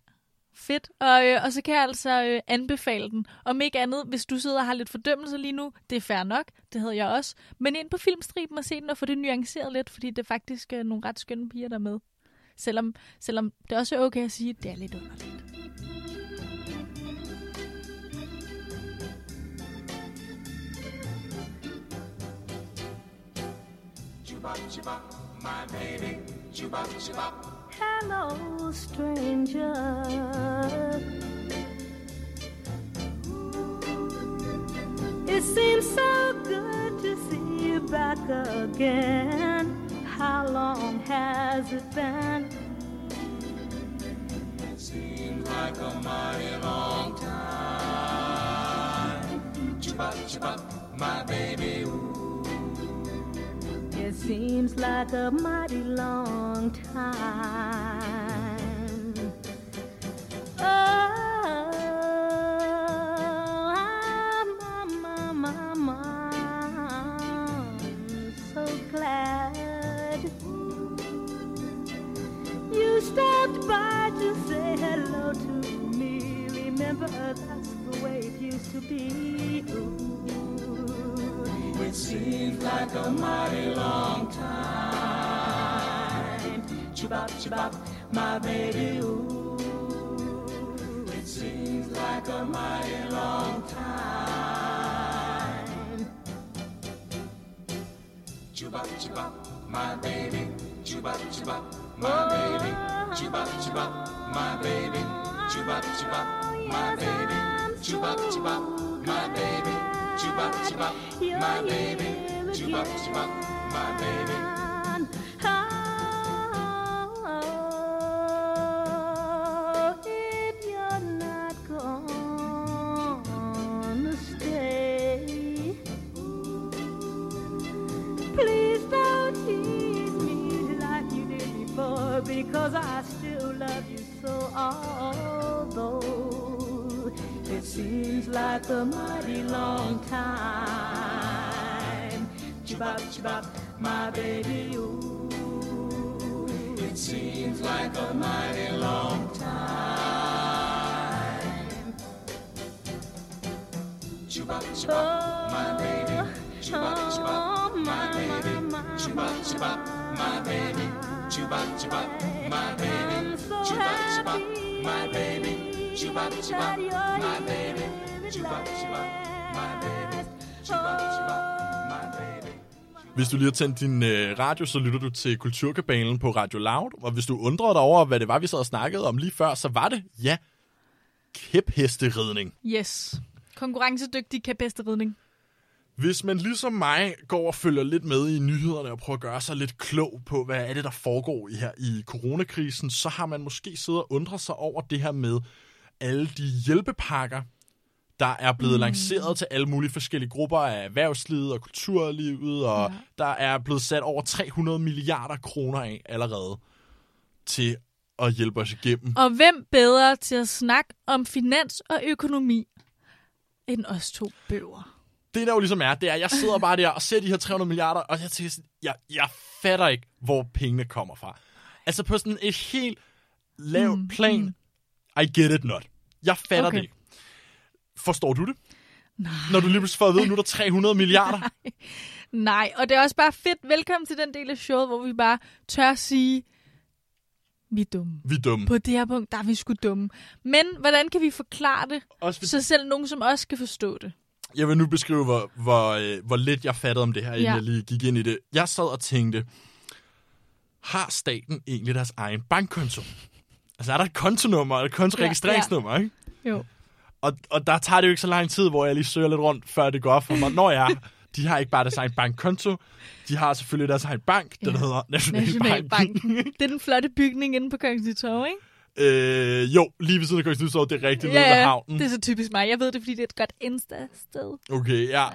Speaker 2: fedt. Og, øh, og så kan jeg altså øh, anbefale den. Om ikke andet, hvis du sidder og har lidt fordømmelse lige nu, det er fair nok, det havde jeg også. Men ind på filmstriben og se den og få det nuanceret lidt, fordi det er faktisk øh, nogle ret skønne piger, der er med. Selvom, selvom det også er okay at sige, at det er lidt underligt.
Speaker 3: Chuba chuba, my baby. Chuba chuba,
Speaker 4: Hello, stranger. It seems so good to see you back again. How long has it been?
Speaker 3: seems like a mighty long time. Chuba chuba, my baby. Ooh.
Speaker 4: Seems like a mighty long time. Oh, I'm, I'm, I'm, I'm so glad you stopped by to say hello to me. Remember, that's the way it used to be. Ooh.
Speaker 3: It seems like a mighty long time. Chibop, chibop, my baby. Ooh. It seems like a mighty long time. Chibop, chibop, my baby. Chibop, chibop, my Oh, baby. Chibop, chibop, my baby. Chibop, chibop, my baby. Chibop, chibop, my baby. Chibop, chibop, my baby. Chibop, chibop, my baby.
Speaker 4: Oh, if you're not gonna stay, please don't tease me like you did before because I still love you so. Although it seems like a mighty long time, chibop chibop, my baby, ooh.
Speaker 3: It seems like a mighty long time. Chibop, chibop, my baby. Chibop, chibop, my baby. Chibop, chibop, my baby. Chibop, chibop, my baby.
Speaker 4: I'm so
Speaker 3: Chibop, chibop,
Speaker 4: happy
Speaker 3: my baby. Chibop,
Speaker 4: that
Speaker 3: chibop,
Speaker 4: you're
Speaker 3: my
Speaker 4: here
Speaker 3: baby.
Speaker 4: with
Speaker 3: Chibop, chibop, my baby.
Speaker 4: us.
Speaker 3: Chibop, chibop, my baby.
Speaker 1: Hvis du lige har tændt din øh, radio, så lytter du til Kulturkabalen på Radio Loud. Og hvis du undrede dig over, hvad det var, vi sad og snakkede om lige før, så var det, ja, kæphesteridning.
Speaker 2: Yes. Konkurrencedygtig kapesteridning.
Speaker 1: Hvis man ligesom mig går og følger lidt med i nyhederne og prøver at gøre sig lidt klog på, hvad er det, der foregår i her i coronakrisen, så har man måske siddet og undret sig over det her med alle de hjælpepakker, der er blevet mm. lanceret til alle mulige forskellige grupper af erhvervslivet og kulturlivet, og ja. der er blevet sat over 300 milliarder kroner af allerede til at hjælpe os igennem.
Speaker 2: Og hvem bedre til at snakke om finans og økonomi end os to bøger?
Speaker 1: det der jo ligesom er, det er, at jeg sidder bare der og ser de her 300 milliarder, og jeg tænker sådan, jeg, jeg fatter ikke, hvor pengene kommer fra. Altså på sådan et helt lavt mm, plan, I get it not. Jeg fatter okay.
Speaker 2: Okay.
Speaker 1: det ikke. Forstår du det? Nej. Når du lige pludselig får at vide, nu er der 300 *laughs* milliarder.
Speaker 2: Nej, og det er også bare fedt. Velkommen til den del af showet, hvor vi bare tør sige, vi er dumme.
Speaker 1: Vi er dumme.
Speaker 2: På det her punkt, der er vi sgu dumme. Men hvordan kan vi forklare det,
Speaker 1: Også fordi-
Speaker 2: så selv nogen som os kan forstå det?
Speaker 1: Jeg vil nu beskrive, hvor, hvor, øh, hvor lidt jeg fattede om det her, inden ja.
Speaker 2: Ja.
Speaker 1: jeg lige gik ind i det. Jeg sad og tænkte, har staten egentlig deres egen bankkonto? Altså er der et kontonummer, et kontoregistreringsnummer, ikke?
Speaker 2: Jo.
Speaker 1: Og, og der tager det jo ikke så lang tid, hvor jeg lige søger lidt rundt, før det går op for mig. Når jeg de har ikke bare deres egen bankkonto, de har selvfølgelig deres egen bank, den ja.
Speaker 2: Ja.
Speaker 1: hedder Nationalbanken.
Speaker 2: Nationalbanken. det er den flotte bygning inde på Kongens Torv, ikke?
Speaker 1: øh, jo, lige ved siden af Konstitutionen, det er rigtigt, yeah. nede ved havnen.
Speaker 2: det er så typisk mig. Jeg ved det, fordi det er et godt Insta-sted.
Speaker 1: Okay, ja.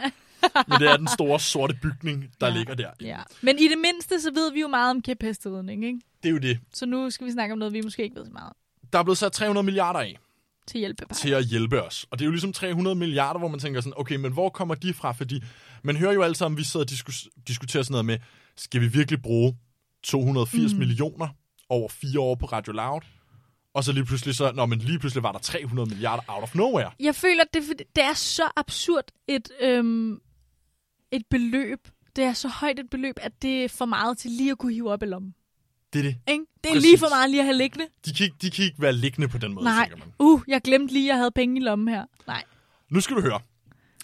Speaker 1: Men det er den store sorte bygning, der ja.
Speaker 2: Ja.
Speaker 1: ligger der.
Speaker 2: Ja. Men i det mindste, så ved vi jo meget om kæphesteridning, ikke?
Speaker 1: Det er jo det.
Speaker 2: Så nu skal vi snakke om noget, vi måske ikke ved så meget om,
Speaker 1: Der er blevet sat 300 milliarder af
Speaker 2: til hjælpepakke.
Speaker 1: til at hjælpe os. Og det er jo ligesom 300 milliarder, hvor man tænker sådan, okay, men hvor kommer de fra? Fordi man hører jo alle sammen, vi sidder og diskus- diskuterer sådan noget med, skal vi virkelig bruge 280 mm. millioner over fire år på Radio Loud? Og så lige pludselig så, når men lige pludselig var der 300 milliarder out of nowhere.
Speaker 2: Jeg føler, at det, er fordi- det er så absurd et, øhm, et beløb. Det er så højt et beløb, at det er for meget til lige at kunne hive op i lommen.
Speaker 1: Det er det.
Speaker 2: Ikke? Det
Speaker 1: Præcis.
Speaker 2: er Præcis. lige for meget lige at have liggende.
Speaker 1: De kan, ikke, de kan ikke være liggende på den måde,
Speaker 2: Nej.
Speaker 1: tænker man.
Speaker 2: Uh, jeg glemte lige, at jeg havde penge i lommen her. Nej.
Speaker 1: Nu skal du høre.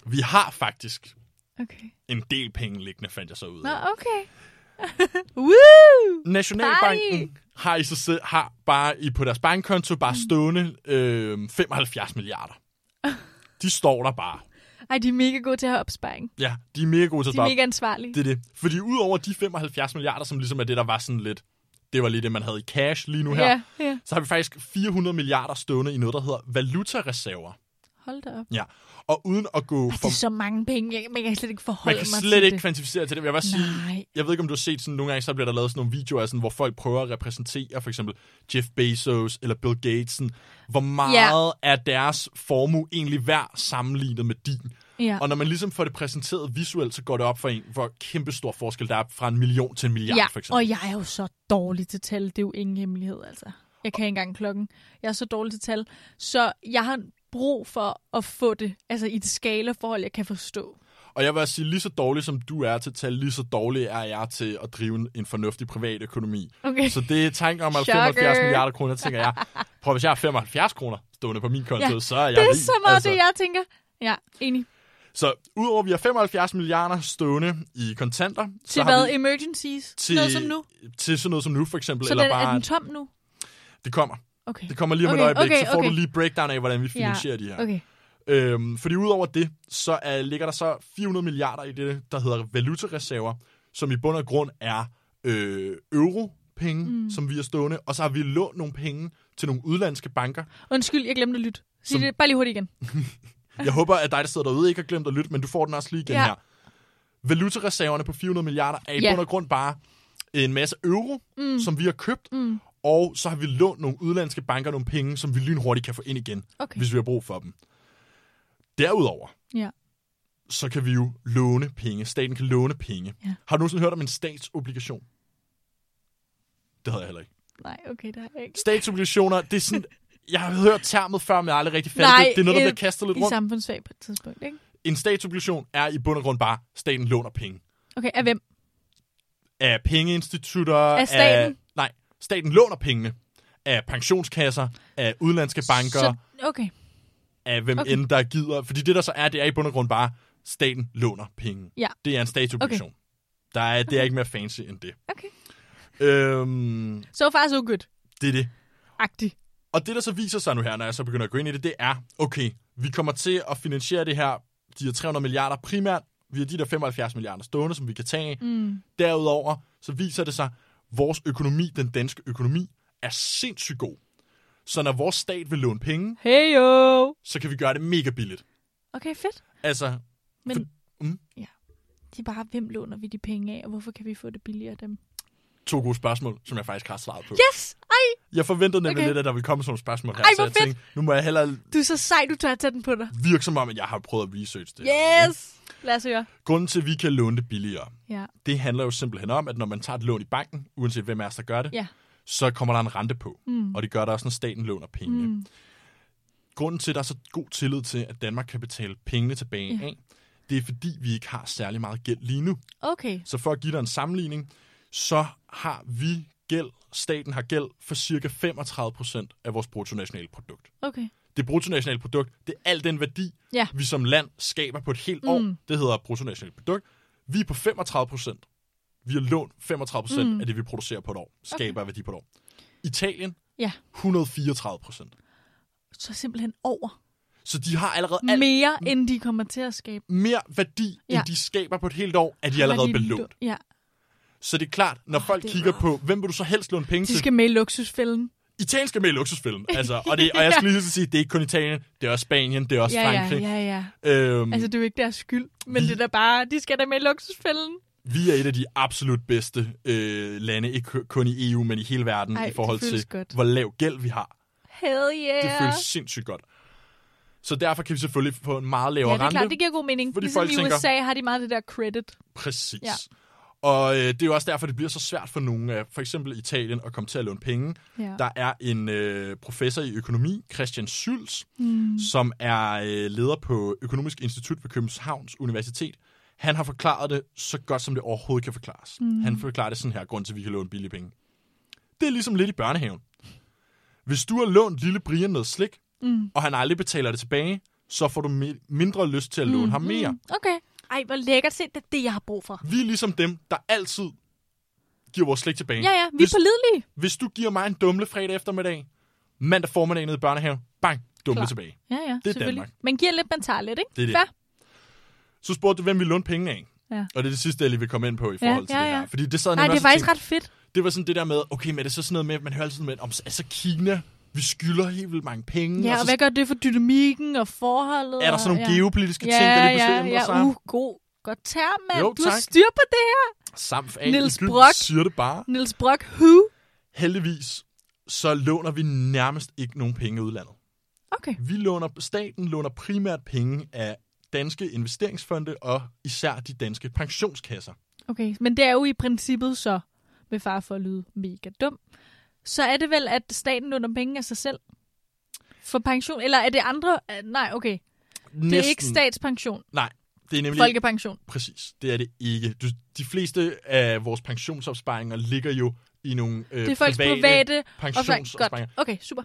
Speaker 1: Vi har faktisk
Speaker 2: Okay.
Speaker 1: en del penge liggende, fandt jeg så ud af.
Speaker 2: Nå, okay. *laughs* Woo!
Speaker 1: Nationalbanken har, i sig selv, har bare i, på deres bankkonto
Speaker 2: Mm.
Speaker 1: bare stående øh, 75
Speaker 2: *laughs*
Speaker 1: milliarder. De står der bare.
Speaker 2: Ej, de er mega gode til at have opsparing.
Speaker 1: Ja, de er mega gode til at
Speaker 2: De er
Speaker 1: spare.
Speaker 2: mega ansvarlige.
Speaker 1: Det er det. Fordi udover de 75 milliarder, som ligesom er det, der var sådan lidt, det var lige det, man havde i cash lige nu her,
Speaker 2: Ja, ja.
Speaker 1: så har vi faktisk 400 milliarder stående i noget, der hedder valutareserver.
Speaker 2: Hold da op.
Speaker 1: Ja. Og uden at gå
Speaker 2: Ej, det
Speaker 1: for...
Speaker 2: er så mange penge, jeg, man kan slet ikke
Speaker 1: Man
Speaker 2: forholde
Speaker 1: kan
Speaker 2: mig
Speaker 1: slet
Speaker 2: til
Speaker 1: ikke
Speaker 2: det.
Speaker 1: kvantificere til det. Men Jeg vil bare sige,
Speaker 2: Nej.
Speaker 1: jeg ved ikke, om du har set sådan, nogle gange, så bliver der lavet sådan nogle videoer, af sådan, hvor folk prøver at repræsentere for eksempel Jeff Bezos eller Bill Gates. Sådan, hvor meget ja. er deres formue egentlig værd sammenlignet med din?
Speaker 2: Ja.
Speaker 1: Og når man ligesom får det præsenteret visuelt, så går det op for en, hvor kæmpe stor forskel der er fra en million til en milliard,
Speaker 2: ja,
Speaker 1: for eksempel.
Speaker 2: og jeg er jo så dårlig til tal. Det er jo ingen hemmelighed, altså. Jeg kan ikke engang klokken. Jeg er så dårlig til tal. Så jeg har brug for at få det altså i et skalaforhold, jeg kan forstå.
Speaker 1: Og jeg vil også sige, lige så dårlig som du er til tal, lige så dårlig er jeg til at drive en- en fornuftig privatøkonomi.
Speaker 2: Okay.
Speaker 1: Så det er tanken om at
Speaker 2: Shocker.
Speaker 1: 75 milliarder kroner, tænker jeg. Prøv at hvis jeg har 75 kroner stående på min konto, ja,
Speaker 2: Ja,
Speaker 1: så er jeg
Speaker 2: *laughs* det er
Speaker 1: rig.
Speaker 2: så meget altså. det, jeg tænker. Ja, enig.
Speaker 1: Så udover at vi har 75 milliarder stående i kontanter, så
Speaker 2: Til
Speaker 1: har
Speaker 2: hvad?
Speaker 1: vi
Speaker 2: Emergencies?
Speaker 1: til,
Speaker 2: Noget som nu?
Speaker 1: til sådan noget som nu, for eksempel.
Speaker 2: Så
Speaker 1: eller
Speaker 2: den, er
Speaker 1: bare,
Speaker 2: den tom nu?
Speaker 1: det kommer.
Speaker 2: Okay.
Speaker 1: Det kommer lige om okay,
Speaker 2: Okay,
Speaker 1: et øjeblik,
Speaker 2: okay,
Speaker 1: så får
Speaker 2: okay.
Speaker 1: du lige breakdown af, hvordan vi finansierer de her.
Speaker 2: Okay.
Speaker 1: Øhm, fordi udover det, så er, ligger der så 400 milliarder i det, der hedder valutareserver, som i bund og grund er øh, europenge, mm. som vi er stående, og så har vi lånt nogle penge til nogle udlandske banker.
Speaker 2: Undskyld, jeg glemte at lytte. Sig det bare lige hurtigt igen.
Speaker 1: Jeg håber, at dig, der sidder derude, ikke har glemt at lytte, men du får den også lige igen ja.
Speaker 2: Ja.
Speaker 1: her. Valutareserverne på 400 milliarder er i
Speaker 2: Ja.
Speaker 1: bund og grund bare en masse euro, mm. som vi har købt, mm. og så har vi lånt nogle udlandske banker nogle penge, som vi lynhurtigt kan få ind igen,
Speaker 2: Okay.
Speaker 1: hvis vi har brug for dem. Derudover,
Speaker 2: Ja.
Speaker 1: så kan vi jo låne penge. Staten kan låne penge.
Speaker 2: Ja.
Speaker 1: Har du nogensinde hørt om en statsobligation? Det havde jeg heller ikke.
Speaker 2: Nej, okay, der er ikke.
Speaker 1: Statsobligationer, det er sådan... Jeg har hørt termet før, men jeg har aldrig rigtig fattet det. Det er noget, der
Speaker 2: øh,
Speaker 1: bliver kastet lidt
Speaker 2: i
Speaker 1: rundt.
Speaker 2: samfundsfag på et tidspunkt, ikke?
Speaker 1: En statsobligation er i bund og grund bare, staten låner penge.
Speaker 2: Okay, af hvem?
Speaker 1: Af pengeinstitutter...
Speaker 2: Af staten?
Speaker 1: Af, nej, staten låner pengene. Af pensionskasser, af udenlandske banker,
Speaker 2: Så,
Speaker 1: så...
Speaker 2: okay.
Speaker 1: af hvem okay.
Speaker 2: Okay.
Speaker 1: end der gider. Fordi det, der så er, det er i bund og grund bare, staten låner penge.
Speaker 2: Ja.
Speaker 1: Det er en statsobligation. Okay. Der er, det er ikke mere fancy end det.
Speaker 2: Okay.
Speaker 1: Øhm,
Speaker 2: So far so good.
Speaker 1: det er det.
Speaker 2: Agtig.
Speaker 1: Og det, der så viser sig nu her, når jeg så begynder at gå ind i det, det er, okay, vi kommer til at finansiere det her, de her 300 milliarder primært, vi har de der 75 milliarder stående, som vi kan tage. Mm. Derudover, så viser det sig, vores økonomi, den danske økonomi, er sindssygt god. Så når vores stat vil låne penge,
Speaker 2: Hey yo!
Speaker 1: så kan vi gøre det mega billigt.
Speaker 2: Okay, fedt.
Speaker 1: Altså,
Speaker 2: Men
Speaker 1: mm.
Speaker 2: ja. det er bare, hvem låner vi de penge af, og hvorfor kan vi få det billigere af dem?
Speaker 1: to gode spørgsmål, som jeg faktisk har svaret på.
Speaker 2: Yes! Ej,
Speaker 1: Jeg forventede nemlig
Speaker 2: Okay.
Speaker 1: lidt, at der ville komme sådan nogle spørgsmål her,
Speaker 2: Ej,
Speaker 1: så
Speaker 2: hvor
Speaker 1: jeg
Speaker 2: fedt.
Speaker 1: tænkte, nu må jeg hellere
Speaker 2: du er så sej, du tør at tage den på dig.
Speaker 1: virke som om, at jeg har prøvet at researche det.
Speaker 2: Yes! Lad os høre.
Speaker 1: Grunden til, at vi kan låne det billigere,
Speaker 2: Ja.
Speaker 1: det handler jo simpelthen om, at når man tager et lån i banken, uanset hvem af os, der gør det,
Speaker 2: Ja.
Speaker 1: så kommer der en rente på. Mm. Og det gør der også, når staten låner penge. Mm. Grunden til, at der er så god tillid til, at Danmark kan betale pengene tilbage ja. af, det er fordi, vi ikke har særlig meget gæld lige nu.
Speaker 2: Okay.
Speaker 1: Så for at give dig en sammenligning, så har vi gæld, staten har gæld for cirka 35% af vores bruttonationalprodukt.
Speaker 2: Okay.
Speaker 1: Det bruttonationale produkt, det er al den værdi,
Speaker 2: Ja.
Speaker 1: vi som land skaber på et helt år. Mm. Det hedder bruttonationalt produkt. Vi er på 35 procent. Vi har lånt 35 procent mm. af det, vi producerer på et år. Skaber okay. værdi på et år. Italien,
Speaker 2: Ja.
Speaker 1: 134 procent.
Speaker 2: Så simpelthen over.
Speaker 1: Så de har allerede alt
Speaker 2: Mere, end de kommer til at skabe.
Speaker 1: mere værdi, ja.
Speaker 2: Ja.
Speaker 1: end de skaber på et helt år, er de allerede
Speaker 2: Fordi
Speaker 1: belånt.
Speaker 2: lå- Ja.
Speaker 1: Så det er klart, når oh, folk
Speaker 2: det er
Speaker 1: kigger på, hvem vil du så helst låne penge
Speaker 2: De
Speaker 1: til?
Speaker 2: skal med i luksusfælden.
Speaker 1: Italien skal med i luksusfælden. Altså,
Speaker 2: *laughs*
Speaker 1: og, det, og jeg skal lige så sige, det er ikke kun Italien, det er også Spanien, det er også
Speaker 2: Ja, ja,
Speaker 1: Frankrig.
Speaker 2: ja, ja.
Speaker 1: Øhm,
Speaker 2: Altså, det er jo ikke deres skyld, men det er da bare, de skal da med i luksusfælden.
Speaker 1: Vi er et af de absolut bedste øh, lande, ikke ku- kun i EU, men i hele verden,
Speaker 2: Ej,
Speaker 1: i forhold
Speaker 2: det føles
Speaker 1: til,
Speaker 2: godt.
Speaker 1: hvor lav gæld vi har.
Speaker 2: Hell yeah.
Speaker 1: Det føles sindssygt godt. Så derfor kan vi selvfølgelig få en meget lavere
Speaker 2: Ja, det er
Speaker 1: rente.
Speaker 2: klart, det giver god mening.
Speaker 1: fordi
Speaker 2: Fordi ligesom
Speaker 1: folk
Speaker 2: i
Speaker 1: tænker-
Speaker 2: USA har de meget det der credit.
Speaker 1: Præcis.
Speaker 2: Ja.
Speaker 1: Og øh, det er jo også derfor, det bliver så svært for nogen, af for eksempel Italien, at komme til at låne penge.
Speaker 2: Ja.
Speaker 1: Der er en øh, professor i økonomi, Christian Schulz, mm. som er øh, leder på Økonomisk Institut ved Københavns Universitet. Han har forklaret det så godt, som det overhovedet kan forklares. Mm. Han forklarer det sådan her, grund til, at vi kan låne billige penge. Det er ligesom lidt i børnehaven. Hvis du har lånt lille Brian noget slik, mm. og han aldrig betaler det tilbage, så får du mi- mindre lyst til at låne mm. ham
Speaker 2: Mm-hmm.
Speaker 1: mere.
Speaker 2: Okay. Ej, hvor lækkert set, det er det, jeg har brug for.
Speaker 1: Vi er ligesom dem, der altid giver vores slik tilbage.
Speaker 2: Ja, ja, vi
Speaker 1: Mm. hvis,
Speaker 2: er pålidelige.
Speaker 1: hvis du giver mig en dumle fredag eftermiddag, mandag formiddag nede i børnehaven, bang, dumle
Speaker 2: Klar.
Speaker 1: tilbage.
Speaker 2: Ja, ja,
Speaker 1: Det er
Speaker 2: selvfølgelig.
Speaker 1: Danmark.
Speaker 2: Man giver lidt, man tager lidt, ikke?
Speaker 1: Det er det.
Speaker 2: Fair?
Speaker 1: Så spurgte du, hvem vi lånte penge af.
Speaker 2: Ja.
Speaker 1: Og det er det sidste, jeg lige vil komme ind på i forhold til
Speaker 2: ja,
Speaker 1: det her.
Speaker 2: ja.
Speaker 1: Fordi det sad
Speaker 2: Nej,
Speaker 1: nemlig
Speaker 2: det
Speaker 1: også og
Speaker 2: er faktisk
Speaker 1: tænkte-
Speaker 2: ret fedt.
Speaker 1: Det var sådan det der med, okay, men er det så sådan noget med, man hører altid med, om altså Kina vi skylder helt vildt mange penge.
Speaker 2: Ja, og
Speaker 1: så
Speaker 2: hvad gør det for dynamikken og forholdet?
Speaker 1: er der sådan
Speaker 2: og-
Speaker 1: nogle ja. geopolitiske
Speaker 2: ja,
Speaker 1: ting, der lige pludselig
Speaker 2: ja,
Speaker 1: ændrer
Speaker 2: ja,
Speaker 1: sig?
Speaker 2: uh, god. Godt term, mand.
Speaker 1: Jo,
Speaker 2: du har
Speaker 1: tak.
Speaker 2: styr på det her.
Speaker 1: Samf af,
Speaker 2: Niels
Speaker 1: Egypten
Speaker 2: Brock.
Speaker 1: siger det bare.
Speaker 2: Niels Brock, who?
Speaker 1: Heldigvis, så låner vi nærmest ikke nogen penge i udlandet.
Speaker 2: Okay.
Speaker 1: Vi låner, staten låner primært penge af danske investeringsfonde og især de danske pensionskasser.
Speaker 2: Okay, men det er jo i princippet så, med far for at lyde mega dum, så er det vel, at staten låner penge af sig selv for pension? Eller er det andre? øh, Nej, okay.
Speaker 1: Næsten.
Speaker 2: Det er ikke statspension,
Speaker 1: Nej, det er nemlig
Speaker 2: folkepension.
Speaker 1: Præcis, det er det ikke. Du, de fleste af vores pensionsopsparinger ligger jo i nogle øh,
Speaker 2: Det er folks
Speaker 1: private,
Speaker 2: private og folk.
Speaker 1: pensionsopsparinger.
Speaker 2: Godt. Okay, super.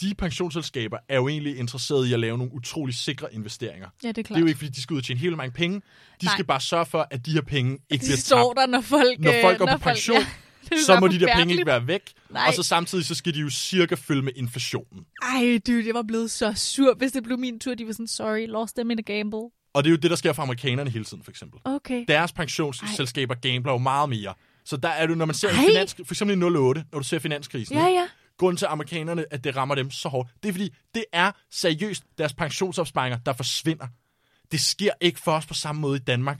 Speaker 1: De pensionsselskaber er jo egentlig interesserede i at lave nogle utrolig sikre investeringer.
Speaker 2: Ja, det er
Speaker 1: Det
Speaker 2: klart.
Speaker 1: er jo ikke, fordi de skal ud og tjene helt mange penge. De
Speaker 2: Nej.
Speaker 1: skal bare sørge for, at de her penge ikke
Speaker 2: de
Speaker 1: bliver
Speaker 2: står
Speaker 1: tabt.
Speaker 2: der, når folk,
Speaker 1: Når
Speaker 2: øh,
Speaker 1: folk går på pension,
Speaker 2: *laughs* Det ville
Speaker 1: Så
Speaker 2: være
Speaker 1: må de der penge
Speaker 2: forfærdeligt.
Speaker 1: ikke være væk.
Speaker 2: Nej.
Speaker 1: Og så samtidig, så skal de jo cirka følge med inflationen.
Speaker 2: Ej, dude, jeg var blevet så sur, hvis det blev min tur. De var sådan, sorry, lost them in a gamble.
Speaker 1: Og det er jo det, der sker for amerikanerne hele tiden, for eksempel.
Speaker 2: Okay.
Speaker 1: Deres pensionsselskaber gambler jo meget mere. Så der er du, når man ser
Speaker 2: Ej.
Speaker 1: en finans, for eksempel i 08, når du ser finanskrisen,
Speaker 2: Ja,
Speaker 1: ikke?
Speaker 2: ja.
Speaker 1: Grunden til amerikanerne, at det rammer dem så hårdt, det er fordi, det er seriøst deres pensionsopsparinger, der forsvinder. Det sker ikke for os på samme måde i Danmark.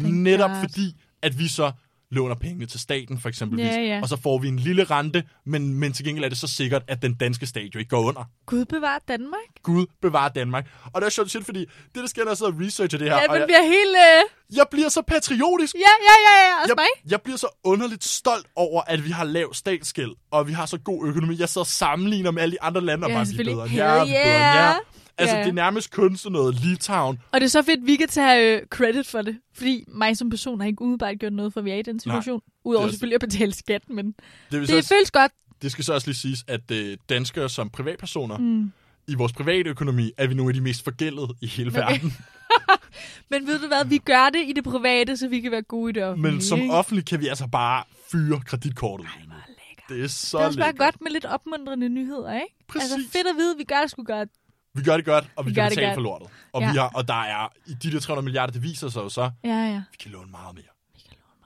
Speaker 2: Thank
Speaker 1: Netop
Speaker 2: God.
Speaker 1: fordi, at vi så låner pengene til staten, for eksempelvis.
Speaker 2: Ja, ja.
Speaker 1: Og så får vi en lille rente, men, men til gengæld er det så sikkert, at den danske stat jo ikke går under.
Speaker 2: Gud bevar Danmark.
Speaker 1: Gud bevarer Danmark. Og det er sjovt shit, fordi det, der sker, når jeg sidder og researcher det her,
Speaker 2: Ja,
Speaker 1: og
Speaker 2: man
Speaker 1: jeg,
Speaker 2: bliver helt... Øh...
Speaker 1: jeg bliver så patriotisk,
Speaker 2: Ja, ja, ja, ja. Også mig.
Speaker 1: jeg, jeg bliver så underligt stolt over, at vi har lav statsgæld, og vi har så god økonomi. Jeg sidder og sammenligner med alle de andre lande, og
Speaker 2: Ja,
Speaker 1: bare, vi er
Speaker 2: selvfølgelig.
Speaker 1: bedre end
Speaker 2: Hell
Speaker 1: jer, vi er bedre end
Speaker 2: yeah.
Speaker 1: jer. Altså,
Speaker 2: Ja.
Speaker 1: det er nærmest kun sådan noget Litauen.
Speaker 2: Og det er så fedt, vi kan tage øh, credit for det. Fordi mig som person har ikke umiddelbart gjort noget, for vi er i den situation. Nej,
Speaker 1: Det er
Speaker 2: Udover
Speaker 1: også-
Speaker 2: selvfølgelig at betale skat, men
Speaker 1: Det, vil
Speaker 2: det
Speaker 1: det, så,
Speaker 2: føles godt.
Speaker 1: det skal så også lige siges, at øh, danskere som privatpersoner, mm. i vores private økonomi, er vi nogle af de mest forgældede i hele okay. verden.
Speaker 2: Men ved du hvad, vi gør det i det private, så vi kan være gode i det offentlige.
Speaker 1: Men som
Speaker 2: *laughs* ikke?
Speaker 1: offentlig kan vi altså bare fyre kreditkortet.
Speaker 2: Hvor lækkert.
Speaker 1: Det er så
Speaker 2: Det er også bare
Speaker 1: lækkert.
Speaker 2: godt med lidt opmuntrende nyheder, ikke?
Speaker 1: Præcis.
Speaker 2: Altså fedt at vide, vi gør det sgu godt.
Speaker 1: Vi gør det godt, og vi,
Speaker 2: Vi
Speaker 1: vi
Speaker 2: gør
Speaker 1: kan
Speaker 2: det
Speaker 1: betale
Speaker 2: godt.
Speaker 1: for lortet. Og,
Speaker 2: Ja.
Speaker 1: vi har, og der er, i de der 300 milliarder, det viser sig jo så,
Speaker 2: Ja, ja.
Speaker 1: vi kan låne meget mere.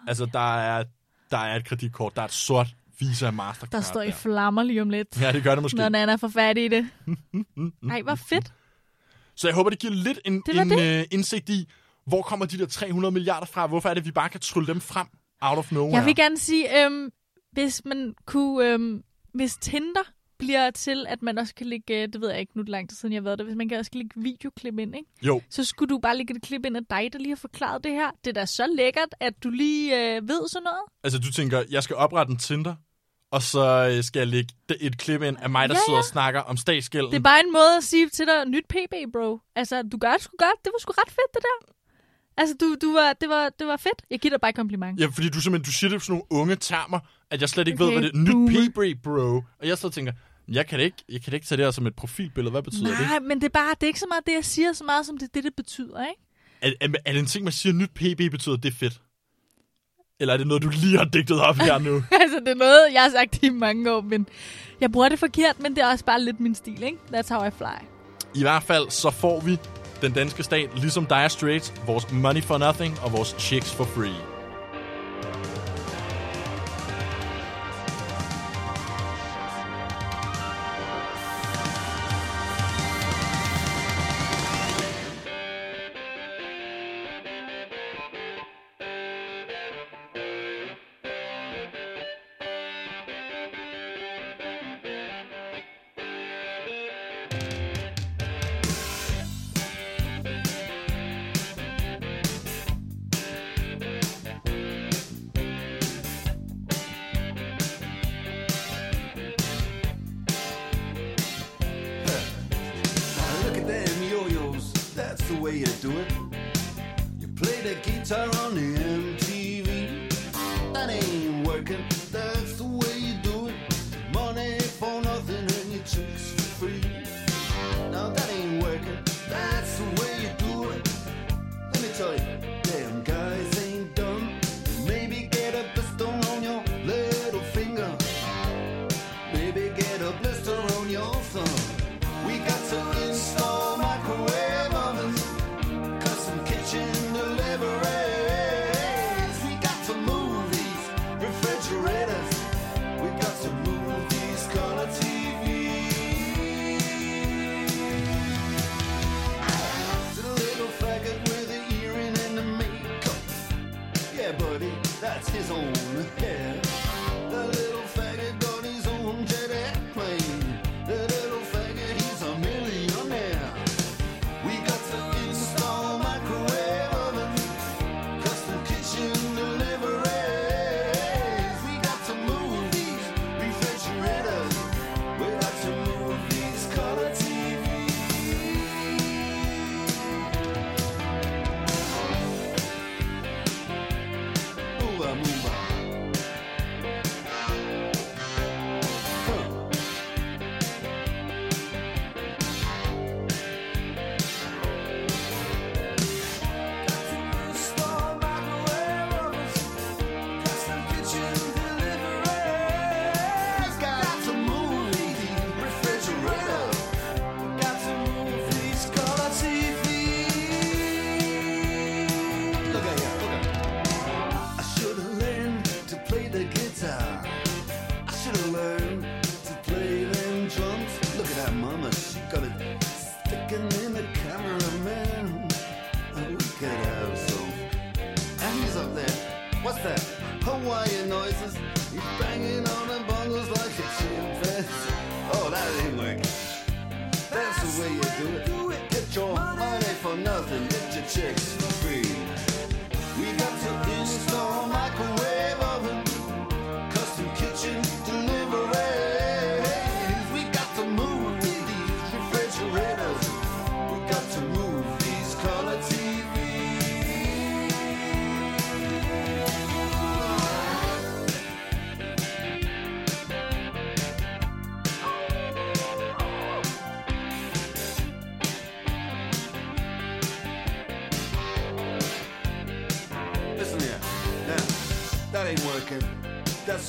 Speaker 1: Altså, der er, der er et kreditkort, der er et sort Visa Mastercard.
Speaker 2: Der står i flammer lige
Speaker 1: *laughs*
Speaker 2: om lidt,
Speaker 1: Ja, det gør det måske.
Speaker 2: når Nana får fat i det. Nej, hvor fedt.
Speaker 1: Så jeg håber, det giver lidt en,
Speaker 2: Det var
Speaker 1: en
Speaker 2: det.
Speaker 1: øh, indsigt i, hvor kommer de der 300 milliarder fra? Hvorfor er det, vi bare kan trylle dem frem out of nowhere?
Speaker 2: Jeg vil gerne sige, øhm, hvis man kunne, øhm, hvis Tinder bliver til, at man også kan lægge, øh, det ved jeg ikke nu er det lang tid siden, jeg har været der, hvis man kan også kan lægge videoklip ind, ikke?
Speaker 1: Jo,
Speaker 2: så skulle du bare lægge et klip ind af dig, der lige har forklaret det her. Det er da så lækkert, at du lige øh, ved sådan noget.
Speaker 1: altså du tænker, jeg skal oprette en Tinder, og så øh, skal jeg lægge d- et klip ind af mig, der
Speaker 2: Ja,
Speaker 1: ja, sidder
Speaker 2: ja.
Speaker 1: og snakker om statsgælden.
Speaker 2: Det er bare en måde at sige til dig, nyt PB, bro. Altså, du gør det sgu godt. Det var sgu ret fedt, det der. Altså, du, du var, det, var, det var fedt. Jeg giver dig bare et kompliment.
Speaker 1: Ja, fordi du simpelthen du siger det på sådan nogle unge termer, at jeg slet ikke
Speaker 2: Okay,
Speaker 1: ved, hvad det
Speaker 2: boomer.
Speaker 1: er. Nyt p bro. Og jeg så tænker, jeg kan, da ikke, jeg kan da ikke tage det her som et profilbillede. Hvad betyder det?
Speaker 2: Nej, men det er bare, det er ikke så meget det, jeg siger, så meget som det er det, det betyder, ikke? *laughs*
Speaker 1: Er, er, er det en ting, man siger, nyt PB betyder, det er fedt? Eller er det noget, du lige har digtet op her nu?
Speaker 2: altså, det er noget, jeg har sagt i mange år, men jeg bruger det forkert, men det er også bare lidt min stil, ikke? That's how I fly.
Speaker 1: I hvert fald, så får vi den danske stat, ligesom Dire Straits, vores money for nothing og vores chicks for free.
Speaker 5: Look at them yo-yos, that's the way you do it. You play the guitar on the MTV. That ain't working, that's the way you do it. Money for nothing and your chicks for free. Now that ain't working, that's the way you do it. Let me tell you, damn guys ain't dumb. Maybe get a pistol on your little finger. Maybe get a blister on your thumb. We got to install microwave ovens, custom kitchen deliveries. We got to movies, refrigerators, that's his own hair. The little faggot got his own jet airplane. The little faggot, he's a millionaire. We got to install microwave ovens, custom kitchen deliveries. We got to move these refrigerators. We got to move these color TVs. Ooh, I move on. Huh. Sticking in the cameraman. Oh, we could have some and he's up there. What's that? Hawaiian noises. He's banging on the bongos like a chimpanzee. Oh, that ain't working. That's the way you do it. Get your money for nothing. Get your chicks for free. We got to install microwave oven, custom kitchen deliveries. We got to move these refrigerators. We got to move these color TVs. Listen here. Now, that ain't working. That's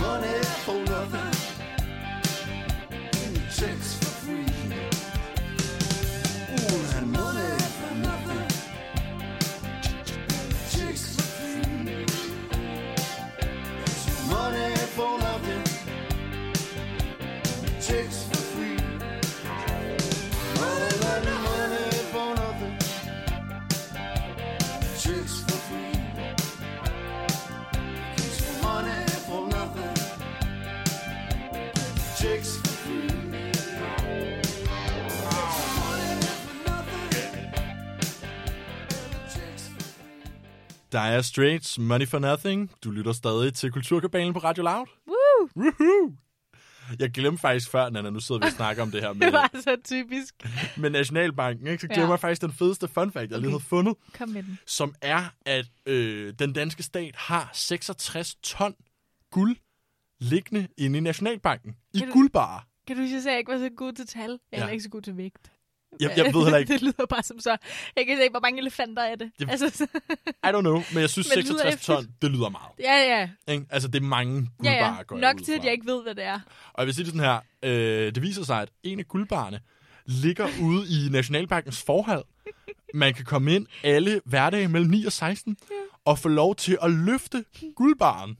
Speaker 5: Money for nothing. And your chicks for free. Chicks for free.
Speaker 1: Dire Straits, Money for Nothing. Du lytter stadig til Kulturkabalen på Radio Loud.
Speaker 2: Woo!
Speaker 1: Woohoo! Jeg glemte faktisk før, Nana, nu sidder vi og snakker om det her med,
Speaker 2: *laughs* Det var så typisk.
Speaker 1: med Nationalbanken. Ikke? Så glemmer
Speaker 2: Ja.
Speaker 1: jeg faktisk den fedeste fun fact, jeg lige
Speaker 2: Okay.
Speaker 1: havde fundet,
Speaker 2: Kom med den.
Speaker 1: som er, at øh, den danske stat har 66 ton guld liggende inde i Nationalbanken. I
Speaker 2: Kan du-
Speaker 1: guldbarer.
Speaker 2: Kan du huske, jeg sagde, at jeg ikke var så god til tal? Jeg er heller ikke så god til vægt.
Speaker 1: Jeg, jeg ved heller ikke,
Speaker 2: *laughs* det lyder bare som så. Jeg kan se, hvor mange elefanter er det.
Speaker 1: Det-
Speaker 2: Altså, så,
Speaker 1: I
Speaker 2: *laughs*
Speaker 1: don't know, men jeg synes
Speaker 2: Men det lyder
Speaker 1: 66 ton, det lyder meget.
Speaker 2: ja, ja.
Speaker 1: Ikke? Altså, det er mange
Speaker 2: ja,
Speaker 1: guldbarer,
Speaker 2: ja.
Speaker 1: går
Speaker 2: Nok
Speaker 1: ud
Speaker 2: til,
Speaker 1: fra.
Speaker 2: at jeg ikke ved, hvad det er.
Speaker 1: Og jeg vil sige det sådan her. Øh, det viser sig, at en af guldbarerne ligger ude i Nationalbankens forhal. Man kan komme ind alle hverdage mellem 9 og 16 og få lov til at løfte guldbaren.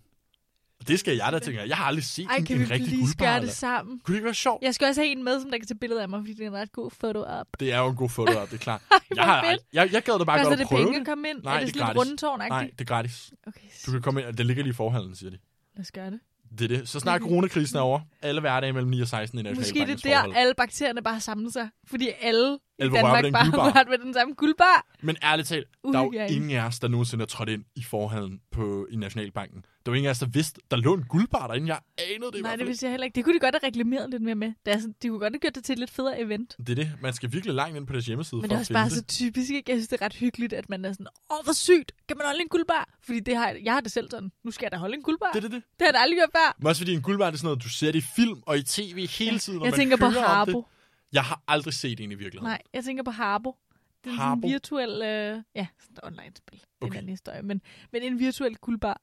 Speaker 1: Og det skal jeg da tænke. Jeg har aldrig set
Speaker 2: Ej,
Speaker 1: en,
Speaker 2: kan
Speaker 1: en
Speaker 2: vi
Speaker 1: rigtig
Speaker 2: lige
Speaker 1: guldbar.
Speaker 2: gøre det
Speaker 1: eller-
Speaker 2: sammen?
Speaker 1: Kunne det ikke være sjovt? Ja.
Speaker 2: Jeg skal også have en med, som der kan tage billeder af mig, fordi det er en ret god photo op.
Speaker 1: Det er jo en god foto, det er
Speaker 2: *laughs*
Speaker 1: klart. jeg, har,
Speaker 2: fedt.
Speaker 1: ald- jeg, jeg gad da bare
Speaker 2: Koster
Speaker 1: godt
Speaker 2: det
Speaker 1: at prøve
Speaker 2: penge at
Speaker 1: det.
Speaker 2: komme ind?
Speaker 1: Nej,
Speaker 2: er det,
Speaker 1: det er
Speaker 2: sådan lidt
Speaker 1: gratis.
Speaker 2: rundtårn
Speaker 1: Nej, det er gratis.
Speaker 2: Okay,
Speaker 1: Du kan komme ind, og det ligger lige i forhallen, siger de.
Speaker 2: lad os gøre det.
Speaker 1: Det er det. Så snart coronakrisen er over, alle hverdage mellem 9 og 16 i
Speaker 2: Måske det er
Speaker 1: Nationalbankens
Speaker 2: der,
Speaker 1: forhal.
Speaker 2: alle bakterierne bare har samlet sig, fordi alle i
Speaker 1: Alle vil røre ved
Speaker 2: Danmark
Speaker 1: den
Speaker 2: bare *laughs*
Speaker 1: guldbar.
Speaker 2: har rørt ved den samme guldbar.
Speaker 1: Men ærligt talt,
Speaker 2: Uhyggelig
Speaker 1: der er jo
Speaker 2: herinde.
Speaker 1: ingen af os, der nogensinde er trådt ind i forhallen på, i Nationalbanken. Der var ingen af os, der vidste, der lå en guldbar derinde. Jeg anede det i
Speaker 2: Nej,
Speaker 1: hvert
Speaker 2: det
Speaker 1: fald
Speaker 2: vidste jeg heller ikke. Det kunne de godt have reklameret lidt mere med. Det er sådan, de kunne godt have gjort det til et lidt federe event.
Speaker 1: ikke. Det er det. Man skal virkelig langt ind på deres hjemmeside
Speaker 2: Men
Speaker 1: for
Speaker 2: det er
Speaker 1: at
Speaker 2: også
Speaker 1: finde
Speaker 2: bare
Speaker 1: det.
Speaker 2: så typisk, ikke? Jeg synes, det er ret hyggeligt, at man er sådan, åh, hvor sygt, kan man holde en guldbar? Fordi det har, jeg har det selv sådan, nu skal jeg da holde en guldbar.
Speaker 1: Det er
Speaker 2: Det,
Speaker 1: det, det.
Speaker 2: det har jeg da aldrig gjort før.
Speaker 1: Men også fordi en guldbar, det er sådan noget, du ser det i film og i tv hele tiden, når
Speaker 2: Jeg
Speaker 1: man
Speaker 2: tænker på
Speaker 1: hører om
Speaker 2: Harbo.
Speaker 1: Det. Jeg har aldrig set en i virkeligheden.
Speaker 2: Nej, jeg tænker på Harbo. Det er sådan
Speaker 1: Harbo?
Speaker 2: en virtuel, øh, ja, sådan et online-spil. Det er
Speaker 1: Okay.
Speaker 2: en anden historie, men, men en virtuel guldbar.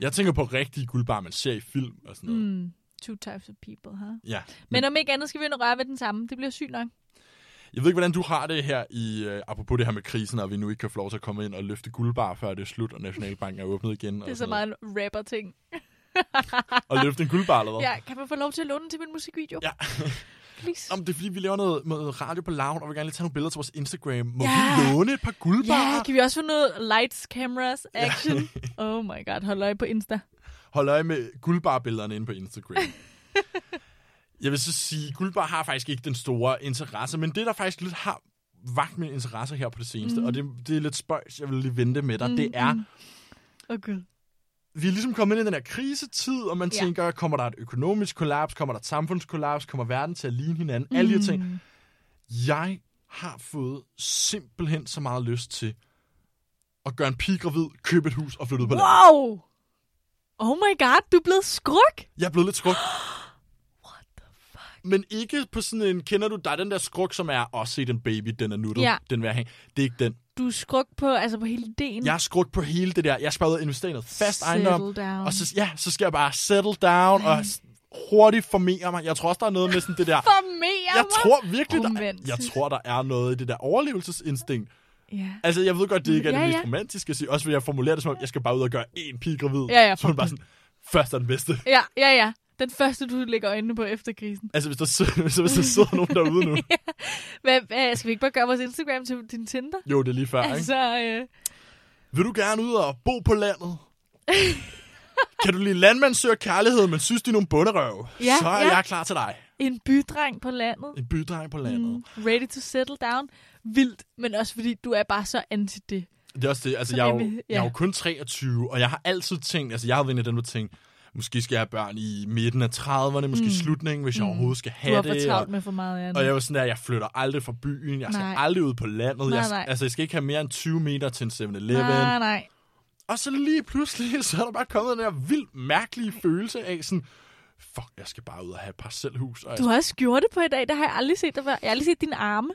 Speaker 1: Jeg tænker på rigtige guldbar, man ser i film og sådan noget.
Speaker 2: Mm, Hmm. two types of people, huh?
Speaker 1: Ja.
Speaker 2: Men om ikke andet skal vi jo røre ved den samme. Det bliver sygt nok.
Speaker 1: Jeg ved ikke, hvordan du har det her i, øh, apropos det her med krisen, og vi nu ikke kan få lov til at komme ind og løfte guldbar, før det er slut, og Nationalbanken er åbnet igen.
Speaker 2: Det er
Speaker 1: og
Speaker 2: så
Speaker 1: sådan noget.
Speaker 2: meget en rapper-ting.
Speaker 1: Og løfte en guldbar, eller hvad?
Speaker 2: Ja, kan man få lov til at låne den til min musikvideo?
Speaker 1: Ja.
Speaker 2: Please.
Speaker 1: Om det er, fordi vi laver noget, noget radio på loud, og vi gerne lige tage nogle billeder til vores Instagram. Må
Speaker 2: Ja.
Speaker 1: vi låne et par guldbarer?
Speaker 2: Ja, kan vi også få noget lights, cameras, action?
Speaker 1: *laughs*
Speaker 2: oh my god, hold øje på Insta.
Speaker 1: Hold øje med guldbarbillederne inde på
Speaker 2: *laughs*
Speaker 1: Instagram. jeg vil så sige, guldbar har faktisk ikke den store interesse, men det, der faktisk lidt har vagt min interesse her på det seneste, mm. og det, det er lidt spøjs, jeg vil lige vente med dig, mm. det er,
Speaker 2: Åh oh, gud.
Speaker 1: vi er ligesom kommet ind i den her krisetid, og man
Speaker 2: Ja.
Speaker 1: ja. tænker, kommer der et økonomisk kollaps, kommer der et samfundskollaps, kommer verden til at ligne hinanden, mm. alle de her ting. Jeg har fået simpelthen så meget lyst til at gøre en pige gravid, købe et hus og flytte ud på landet.
Speaker 2: Wow! Oh my god, du er blevet skruk!
Speaker 1: Jeg er blevet lidt skrugt. *gasps* What the fuck? Men ikke på sådan en, kender du dig, den der skruk, som er, åh, se den baby, den er nuttet,
Speaker 2: Ja.
Speaker 1: ja. den vil jeg have. Det er ikke den.
Speaker 2: Du er skruk på, altså på hele ideen.
Speaker 1: Mm. Jeg er skrugt på hele det der. Jeg skal bare ud og investere i noget fast
Speaker 2: Settle
Speaker 1: ejendom.
Speaker 2: down.
Speaker 1: Og så, ja, så skal jeg bare settle down og s- hurtigt formere mig. Jeg tror også, der er noget med sådan det der...
Speaker 2: Formerer
Speaker 1: Jeg
Speaker 2: mig.
Speaker 1: tror virkelig, der,
Speaker 2: Omvendt.
Speaker 1: jeg tror, der er noget i det der overlevelsesinstinkt.
Speaker 2: Ja.
Speaker 1: Altså, jeg ved godt, det ikke er
Speaker 2: Ja,
Speaker 1: det mest
Speaker 2: ja.
Speaker 1: romantiske at sige. Også fordi jeg formulerer det som om, jeg skal bare ud og gøre én pige gravid.
Speaker 2: Ja, ja,
Speaker 1: så er man bare sådan, først er den bedste.
Speaker 2: ja, ja, ja. Den første, du lægger øjnene på efter krisen.
Speaker 1: Altså, hvis der, sidder- *laughs* så hvis der sidder nogen derude
Speaker 2: *laughs*
Speaker 1: nu.
Speaker 2: Hvad, hvad, skal vi ikke bare gøre vores Instagram til din Tinder?
Speaker 1: Jo, det er lige før, altså... ikke?
Speaker 2: Altså, øh,
Speaker 1: Vil du gerne ud og bo på landet? kan du lide landmand søger kærlighed, men synes, de er nogle bunderøve?
Speaker 2: Ja,
Speaker 1: så er
Speaker 2: ja.
Speaker 1: jeg klar til dig.
Speaker 2: en bydreng på landet.
Speaker 1: En bydreng på landet. Mm.
Speaker 2: Ready to settle down. Vildt, men også fordi du er bare så anti det.
Speaker 1: Det er også det. Altså,
Speaker 2: Så
Speaker 1: jeg, er
Speaker 2: det
Speaker 1: jo,
Speaker 2: er vi- ja.
Speaker 1: jeg er jo kun 23, og jeg har altid tænkt, altså jeg har været en af dem, der tænkt, måske skal jeg have børn i midten af 30'erne, måske mm. slutningen, hvis jeg overhovedet skal
Speaker 2: Du har
Speaker 1: have
Speaker 2: for
Speaker 1: det.
Speaker 2: travlt
Speaker 1: Og,
Speaker 2: med for meget andet.
Speaker 1: og jeg var sådan der, jeg flytter aldrig fra byen, jeg skal
Speaker 2: Nej.
Speaker 1: aldrig ud på landet.
Speaker 2: Nej,
Speaker 1: jeg,
Speaker 2: nej.
Speaker 1: Altså, jeg skal ikke have mere end 20 meter til en 7-Eleven.
Speaker 2: Nej, Ah, nej.
Speaker 1: Og så lige pludselig, *laughs* så er der bare kommet den her vildt mærkelige følelse af sådan, fuck, jeg skal bare ud og have et parcelhus. Og jeg
Speaker 2: Du har også gjort det på i dag, det har jeg aldrig set dig før. Jeg har aldrig set dine
Speaker 1: *laughs*
Speaker 2: arme.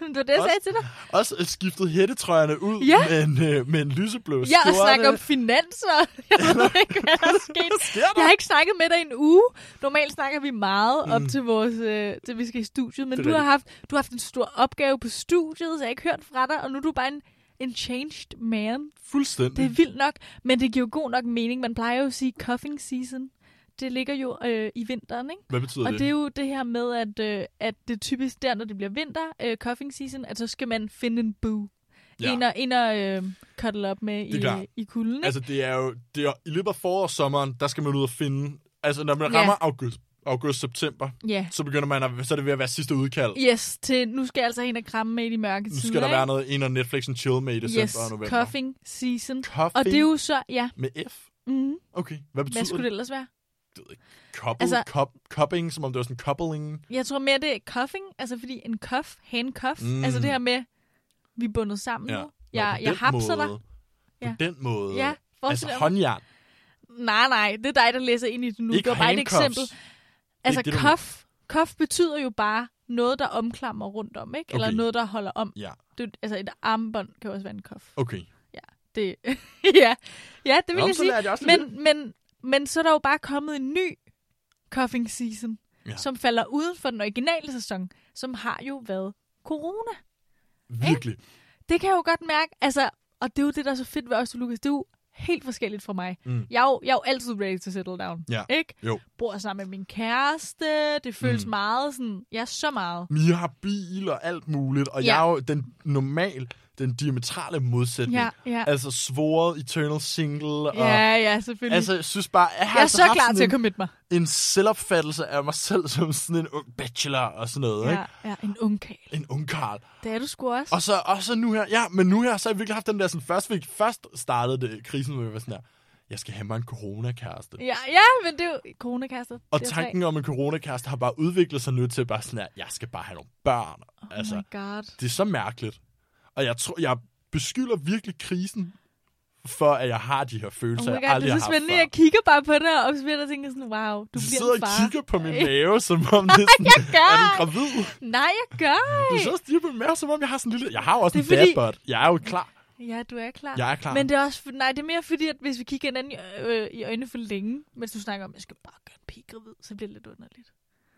Speaker 2: Jamen, det var det, jeg
Speaker 1: Også-
Speaker 2: sagde til dig.
Speaker 1: skal også øh, skiftet hættetrøjerne ud
Speaker 2: Ja.
Speaker 1: med, en, øh, med en lyseblå
Speaker 2: Jeg har
Speaker 1: skjorte.
Speaker 2: snakket
Speaker 1: *laughs*
Speaker 2: om finanser. *laughs* Jeg ved ikke, hvad der er sket.
Speaker 1: sker der?
Speaker 2: Jeg har ikke snakket med dig i en uge. Normalt snakker vi meget op til, vores, øh, til vi skal i studiet, men
Speaker 1: Mm. Det
Speaker 2: du
Speaker 1: er
Speaker 2: har, haft, du har haft en stor opgave på studiet, så jeg har ikke hørt fra dig, og nu er du bare en, en changed man.
Speaker 1: Fuldstændig.
Speaker 2: Det er vildt nok, men det giver jo god nok mening. Man plejer jo at sige cuffing season. Det ligger jo øh, i vinteren, ikke?
Speaker 1: Hvad betyder
Speaker 2: Og
Speaker 1: det?
Speaker 2: det er jo det her med, at, øh, at det er typisk der, når det bliver vinter, øh, cuffing season, at så skal man finde en boo. Ja.
Speaker 1: Ja.
Speaker 2: En og, en og øh, cuddle op med
Speaker 1: er
Speaker 2: i,
Speaker 1: klart.
Speaker 2: i kulden. Ikke?
Speaker 1: Altså, det er jo, det er, i løbet af forår og sommeren, der skal man ud og finde, altså når man
Speaker 2: Ja.
Speaker 1: rammer august, august, september,
Speaker 2: ja.
Speaker 1: så begynder man at, så er det ved at være sidste udkald.
Speaker 2: Yes, til, nu skal jeg altså hen og kramme med i de mørke
Speaker 1: Nu
Speaker 2: tider.
Speaker 1: skal der være
Speaker 2: ikke?
Speaker 1: noget ind og Netflix og chill med i december og
Speaker 2: Yes,
Speaker 1: november.
Speaker 2: cuffing season.
Speaker 1: Cuffing
Speaker 2: Og det er jo så, ja,
Speaker 1: med F?
Speaker 2: Mhm.
Speaker 1: Okay, hvad betyder
Speaker 2: hvad skulle det ellers være?
Speaker 1: Couple,
Speaker 2: Altså- Uh,
Speaker 1: altså, cup, cupping, som om det var sådan coupling.
Speaker 2: Jeg tror mere, det er cuffing, altså fordi en cuff, handcuff, mm.
Speaker 1: Mm.
Speaker 2: altså det her med, vi er bundet sammen nu. Jeg, jeg hapser dig.
Speaker 1: På
Speaker 2: Ja.
Speaker 1: den måde.
Speaker 2: Ja,
Speaker 1: altså
Speaker 2: forestil dig.
Speaker 1: håndjern.
Speaker 2: Nej, nej, det er dig, der læser ind i det nu.
Speaker 1: Ikke
Speaker 2: det var bare et
Speaker 1: handcuffs.
Speaker 2: eksempel. Altså,
Speaker 1: det, du-
Speaker 2: cuff, cuff betyder jo bare noget, der omklamrer rundt om, ikke? Eller
Speaker 1: Okay.
Speaker 2: noget, der holder om.
Speaker 1: Ja,
Speaker 2: Det, altså, et armbånd kan jo også være en cuff.
Speaker 1: okay.
Speaker 2: Det, *laughs* ja. ja, det vil
Speaker 1: Nå,
Speaker 2: jeg
Speaker 1: så
Speaker 2: sige.
Speaker 1: lærte jeg også lidt
Speaker 2: Men, men, men så er der jo bare kommet en ny cuffing season, ja.
Speaker 1: Ja.
Speaker 2: som falder uden for den originale sæson, som har jo været corona.
Speaker 1: Virkelig.
Speaker 2: Det kan jeg jo godt mærke. Altså, og det er jo det, der er så fedt ved os, Lukas. Det er jo helt forskelligt fra mig.
Speaker 1: Mm.
Speaker 2: Jeg, er jo, jeg er jo altid ready to settle down.
Speaker 1: Ja.
Speaker 2: Ikke?
Speaker 1: Jo.
Speaker 2: Bor sammen med min kæreste. Det føles mm. meget sådan... Ja, så meget.
Speaker 1: Mia har bil og alt muligt, og
Speaker 2: Ja.
Speaker 1: ja. jeg er jo den normal, den diametrale modsætning.
Speaker 2: Ja, ja.
Speaker 1: Altså svoret eternal single, og...
Speaker 2: Ja, ja, selvfølgelig.
Speaker 1: Altså, jeg synes bare, jeg har
Speaker 2: jeg er
Speaker 1: altså
Speaker 2: så
Speaker 1: haft
Speaker 2: klar
Speaker 1: sådan
Speaker 2: til at
Speaker 1: en,
Speaker 2: committe mig.
Speaker 1: en selvopfattelse af mig selv *laughs* som sådan en ung bachelor og sådan noget,
Speaker 2: Ja,
Speaker 1: ikke?
Speaker 2: ja, en ungkarl.
Speaker 1: En ung karl.
Speaker 2: Det er du sgu også.
Speaker 1: Og så, og så nu her, ja, men nu her, så har jeg virkelig haft den der, sådan, først, vi, først startede det, krisen, hvor jeg var sådan her, jeg skal have mig en coronakæreste.
Speaker 2: Ja, ja, men det er jo coronakastet.
Speaker 1: Og
Speaker 2: det er
Speaker 1: tanken om en coronakæreste har bare udviklet sig nu til bare sådan her, jeg skal bare have nogle børn. Oh altså,
Speaker 2: Altså. Oh my god.
Speaker 1: det er så mærkeligt. Og jeg tror, jeg beskylder virkelig krisen for, at jeg har de her
Speaker 2: Oh
Speaker 1: følelser,
Speaker 2: my
Speaker 1: altså, jeg
Speaker 2: god, det
Speaker 1: aldrig
Speaker 2: er
Speaker 1: har
Speaker 2: så
Speaker 1: haft
Speaker 2: spændende.
Speaker 1: før.
Speaker 2: Jeg kigger bare på dig og observerer dig og tænker sådan, wow, du
Speaker 1: Du
Speaker 2: bliver
Speaker 1: sidder
Speaker 2: en
Speaker 1: og
Speaker 2: far.
Speaker 1: kigger på min mave, som om
Speaker 2: *laughs*
Speaker 1: det er sådan,
Speaker 2: jeg gør
Speaker 1: er
Speaker 2: ej.
Speaker 1: du gravid?
Speaker 2: Nej, jeg gør
Speaker 1: Du
Speaker 2: ikke.
Speaker 1: sidder og stiger på min mave, som om jeg har sådan en lille... Jeg har jo også
Speaker 2: Det
Speaker 1: en
Speaker 2: er fordi-
Speaker 1: fordi... dadbot. Jeg er jo klar.
Speaker 2: Ja, du er klar.
Speaker 1: Jeg er klar.
Speaker 2: Men det er også, for- nej, det er mere fordi, at hvis vi kigger hinanden i, øh, i øjnene for længe, mens du snakker om, at jeg skal bare gøre en pige gravid, så bliver det lidt underligt.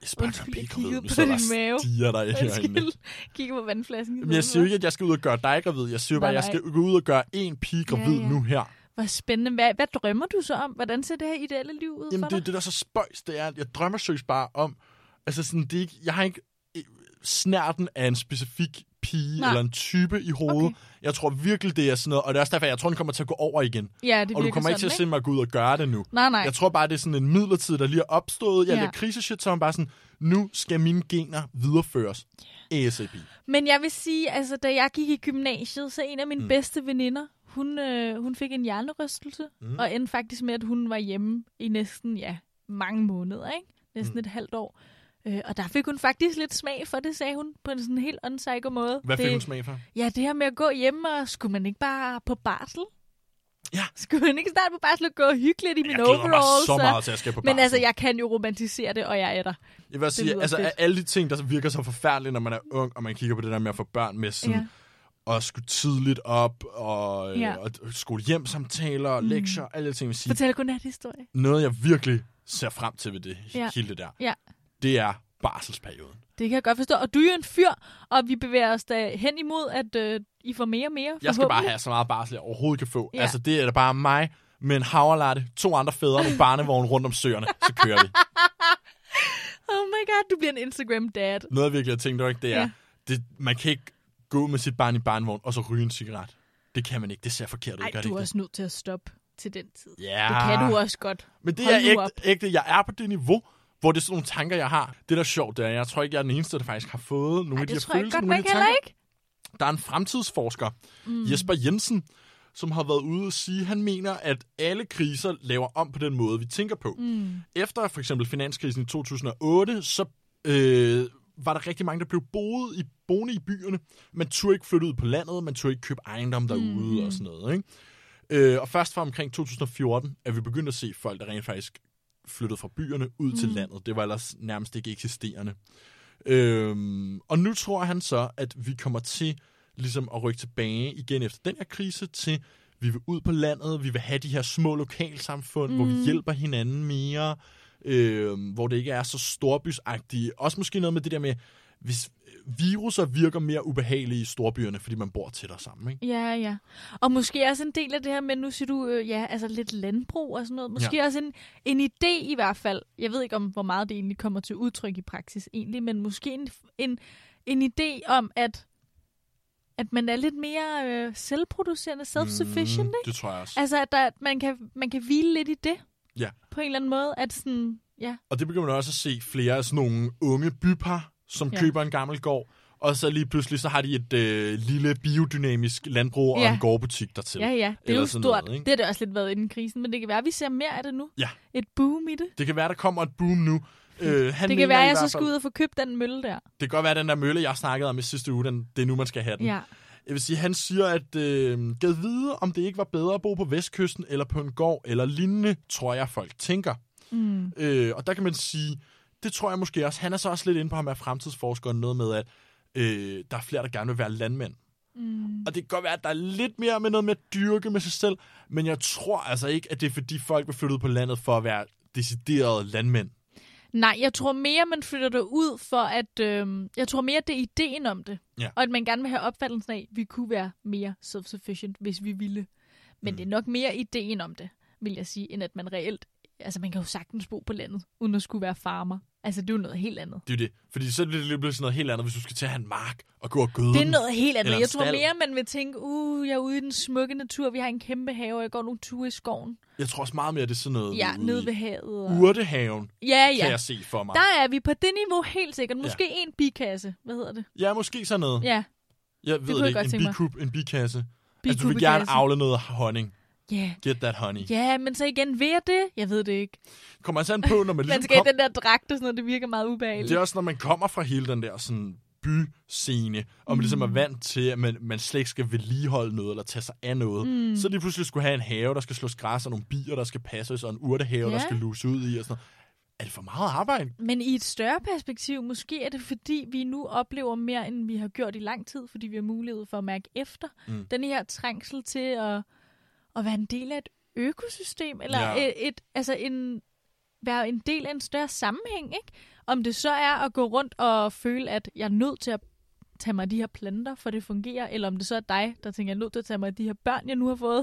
Speaker 1: Jeg sparker
Speaker 2: Undskyld, jeg
Speaker 1: ikke gravid,
Speaker 2: kiggede
Speaker 1: men
Speaker 2: på
Speaker 1: så er der
Speaker 2: din mave.
Speaker 1: stiger der
Speaker 2: *laughs*
Speaker 1: ind herinde.
Speaker 2: Undskyld. Kigge på vandflasken. i
Speaker 1: Jamen, jeg
Speaker 2: stedet
Speaker 1: siger jo
Speaker 2: for.
Speaker 1: ikke, at jeg skal ud og gøre dig gravid. Jeg siger jo bare, at
Speaker 2: Nej,
Speaker 1: jeg skal gå ud og gøre en pige gravid
Speaker 2: Ja, ja.
Speaker 1: nu her.
Speaker 2: Hvor spændende. Hvad, hvad drømmer du så om? Hvordan ser det her ideelle liv ud for
Speaker 1: Jamen,
Speaker 2: dig?
Speaker 1: det, det der er så spøjs, det er, at jeg drømmer søgs bare om... Altså, sådan, det er ikke, jeg har ikke øh, snærten af en specifik pige
Speaker 2: Nej.
Speaker 1: Nej. eller en type i hovedet.
Speaker 2: Okay.
Speaker 1: Okay. Jeg tror virkelig, det er sådan noget. Og det er også derfor, jeg tror, den kommer til at gå over igen.
Speaker 2: Ja, det
Speaker 1: og du
Speaker 2: virker
Speaker 1: kommer ikke til
Speaker 2: sådan,
Speaker 1: at se mig gå ud og gøre det nu.
Speaker 2: Nej, nej.
Speaker 1: Jeg tror bare, det er sådan en midlertid, der lige er opstået. Jeg
Speaker 2: Ja.
Speaker 1: ja. kriseshit, så er man bare sådan, nu skal mine gener videreføres. ASAP.
Speaker 2: Men jeg vil sige, altså, da jeg gik i gymnasiet, så en af mine mm. bedste veninder, hun, øh, hun fik en hjernerystelse, mm. og endte faktisk med, at hun var hjemme i næsten, ja, mange måneder, ikke? Næsten mm. et halvt år. Øh, og der fik hun faktisk lidt smag for det, sagde hun, på en sådan helt unpsycho måde.
Speaker 1: Hvad
Speaker 2: det,
Speaker 1: fik hun smag for?
Speaker 2: Ja, det her med at gå hjemme, og skulle man ikke bare på barsel?
Speaker 1: Ja.
Speaker 2: Skulle man ikke starte på barsel og gå og hygge lidt i
Speaker 1: Jeg
Speaker 2: min
Speaker 1: glæder mig
Speaker 2: overalls?
Speaker 1: så
Speaker 2: og-
Speaker 1: meget til, at jeg skal på
Speaker 2: Men
Speaker 1: barsel.
Speaker 2: altså, jeg kan jo romantisere det, og jeg er der.
Speaker 1: Jeg vil også sige,
Speaker 2: lyder
Speaker 1: altså
Speaker 2: fedt.
Speaker 1: af alle de ting, der virker så forfærdelige, når man er ung, og man kigger på det der med at få børn med sådan,
Speaker 2: Ja.
Speaker 1: ja. og skulle tidligt op, og,
Speaker 2: Ja.
Speaker 1: ja. og skole hjem-samtaler, mm. lektier, alle de ting, jeg vil sige.
Speaker 2: Fortæl kun den historie.
Speaker 1: Noget, jeg virkelig ser frem til ved det,
Speaker 2: Ja.
Speaker 1: ja. hele det der,
Speaker 2: Ja.
Speaker 1: det er barselsperioden.
Speaker 2: Det kan jeg godt forstå. Og du er jo en fyr, og vi bevæger os da hen imod, at øh, I får mere og mere.
Speaker 1: Jeg skal bare
Speaker 2: forhåbentlig.
Speaker 1: have så meget barsel, jeg overhovedet kan få.
Speaker 2: Ja.
Speaker 1: Ja. Altså, det er da bare mig med en havrelatte, to andre fædre med barnevogn rundt om søerne, så kører
Speaker 2: *laughs*
Speaker 1: vi.
Speaker 2: Oh my god, du bliver en Instagram-dad.
Speaker 1: Noget, jeg virkelig har tænkt over, ikke, det er,
Speaker 2: Ja.
Speaker 1: ja. det, man kan ikke gå med sit barn i barnevogn, og så ryge en cigaret. Det kan man ikke. Det ser forkert ud.
Speaker 2: Ej,
Speaker 1: gør det Ah.
Speaker 2: du er
Speaker 1: ikke?
Speaker 2: også nødt til at stoppe til den tid.
Speaker 1: Ja.
Speaker 2: Det kan du også godt.
Speaker 1: Men det
Speaker 2: Hold
Speaker 1: er
Speaker 2: nu op.
Speaker 1: ægte, ægte. Jeg er på det niveau, hvor det er sådan nogle tanker, jeg har. Det, der er sjovt, det er, jeg tror ikke, jeg er den eneste, der faktisk har fået nogle
Speaker 2: Ej,
Speaker 1: af de her
Speaker 2: det tror jeg
Speaker 1: følelser.
Speaker 2: godt
Speaker 1: nogle af
Speaker 2: nok
Speaker 1: de
Speaker 2: heller
Speaker 1: tanker.
Speaker 2: ikke.
Speaker 1: Der er en fremtidsforsker, mm. Jesper Jensen, som har været ude og sige, han mener, at alle kriser laver om på den måde, vi tænker på. Mm. Efter for eksempel finanskrisen i 2008, så øh, var der rigtig mange, der blev boet i, boende i byerne. Man turde ikke flytte ud på landet, man turde ikke købe ejendom derude mm. og sådan noget. Ikke? Øh, og først fra omkring 2014 er vi begyndt at se folk, der rent faktisk flyttede fra byerne ud mm. til landet. Det var ellers nærmest ikke eksisterende. Øhm, og nu tror han så, at vi kommer til ligesom at rykke tilbage igen efter den her krise til, vi vil ud på landet, vi vil have de her små lokalsamfund, mm. hvor vi hjælper hinanden mere, øhm, hvor det ikke er så storbysagtigt. Også måske noget med det der med, hvis øh, viruser virker mere ubehagelige i storbyerne, fordi man bor tættere sammen. Ikke?
Speaker 2: Ja, ja. Og måske også en del af det her med, nu siger du, øh, ja, altså lidt landbrug og sådan noget. Måske ja. også en, en idé i hvert fald. Jeg ved ikke, om hvor meget det egentlig kommer til udtryk i praksis egentlig, men måske en, en, en idé om, at, at man er lidt mere øh, selvproducerende, self-sufficient, mm. ikke?
Speaker 1: Det tror jeg også.
Speaker 2: Altså, at der, at man, kan, man kan hvile lidt i det.
Speaker 1: Ja.
Speaker 2: På en eller anden måde, at sådan, ja.
Speaker 1: Og det begynder man også at se flere af sådan nogle unge bypar, som
Speaker 2: Ja.
Speaker 1: ja. køber en gammel gård, og så lige pludselig så har de et øh, lille biodynamisk landbrug
Speaker 2: Ja.
Speaker 1: og en gårdbutik dertil.
Speaker 2: Ja, ja. Det er
Speaker 1: Eller
Speaker 2: jo
Speaker 1: sådan
Speaker 2: stort.
Speaker 1: noget, ikke?
Speaker 2: det har det også lidt været inden krisen, men det kan være, at vi ser mere af det nu.
Speaker 1: Ja.
Speaker 2: Et boom i det.
Speaker 1: Det kan være, der kommer et boom nu. Øh, han
Speaker 2: Det
Speaker 1: mener
Speaker 2: kan være,
Speaker 1: i
Speaker 2: at jeg
Speaker 1: hvert
Speaker 2: så
Speaker 1: fald-
Speaker 2: skal ud og få købt den mølle der.
Speaker 1: Det kan godt være, at den der mølle, jeg snakkede om i sidste uge, den, det er nu, man skal have den.
Speaker 2: Ja.
Speaker 1: Jeg vil sige, han siger, at øh, gad vide, om det ikke var bedre at bo på vestkysten, eller på en gård, eller lignende, tror jeg, folk tænker. Mm. Øh, og der kan man sige, det tror jeg måske også, han er så også lidt inde på ham af fremtidsforskeren, noget med, at øh, der er flere, der gerne vil være landmænd. Mm. Og det kan godt være, at der er lidt mere med noget med at dyrke med sig selv, men jeg tror altså ikke, at det er fordi folk vil flytte ud på landet for at være deciderede landmænd.
Speaker 2: Nej, jeg tror mere, man flytter det ud for at... Øh, jeg tror mere, det er ideen om det.
Speaker 1: Ja.
Speaker 2: Og at man gerne vil have opfattelsen af, at vi kunne være mere self-sufficient, hvis vi ville. Men mm. det er nok mere ideen om det, vil jeg sige, end at man reelt... Altså, man kan jo sagtens bo på landet, uden at skulle være farmer. Altså, det er jo noget helt andet.
Speaker 1: Det er jo det. Fordi så bliver det lige pludselig sådan noget helt andet, hvis du skal til at have en mark og gå og gøde
Speaker 2: Det er
Speaker 1: den.
Speaker 2: noget helt andet.
Speaker 1: Eller en
Speaker 2: Jeg tror
Speaker 1: stald.
Speaker 2: mere, man vil tænke, uh, jeg er ude i den smukke natur, vi har en kæmpe have, og jeg går nogle ture i skoven.
Speaker 1: Jeg tror også meget mere, det er sådan noget
Speaker 2: Ja,
Speaker 1: ude
Speaker 2: nede
Speaker 1: i
Speaker 2: ved havet. Og...
Speaker 1: Urtehaven,
Speaker 2: Ja,
Speaker 1: ja. kan
Speaker 2: ja.
Speaker 1: jeg se for mig.
Speaker 2: Der er vi på det niveau helt sikkert. Måske en bikasse. Hvad hedder det?
Speaker 1: Ja, måske sådan noget.
Speaker 2: Ja.
Speaker 1: Jeg ved
Speaker 2: kunne
Speaker 1: det,
Speaker 2: jeg
Speaker 1: ikke.
Speaker 2: godt
Speaker 1: En
Speaker 2: tænke mig.
Speaker 1: bikub, en bikasse. Altså, du vil gerne
Speaker 2: Bikubekasse.
Speaker 1: avle noget honning.
Speaker 2: Ja. Yeah.
Speaker 1: Get that honey. Yeah.
Speaker 2: Ja, men så igen, ved jeg det? Jeg ved det ikke.
Speaker 1: Kommer altså an på,
Speaker 2: *laughs*
Speaker 1: når man
Speaker 2: Man
Speaker 1: ligesom
Speaker 2: skal
Speaker 1: kom...
Speaker 2: i den der dragt og sådan noget, det virker meget ubehageligt.
Speaker 1: Det er også, når man kommer fra hele den der sådan byscene, og man ligesom
Speaker 2: Mm.
Speaker 1: er vant til, at man, man slet ikke skal vedligeholde noget, eller tage sig af noget. Mm. Så lige pludselig skulle have en have, der skal slås græs, og nogle bier, der skal passes, og en urtehave,
Speaker 2: Ja.
Speaker 1: der skal luse ud i, og sådan noget. Er det for meget arbejde?
Speaker 2: Men i et større perspektiv, måske er det fordi, vi nu oplever mere, end vi har gjort i lang tid, fordi vi har mulighed for at mærke efter mm. den her trængsel til at, at være en del af et økosystem, eller
Speaker 1: Ja.
Speaker 2: et, et, altså en, være en del af en større sammenhæng, ikke? Om det så er at gå rundt og føle, at jeg er nødt til at tage mig af de her planter, for det fungerer, eller om det så er dig, der tænker, jeg er nødt til at tage mig af de her børn, jeg nu har fået,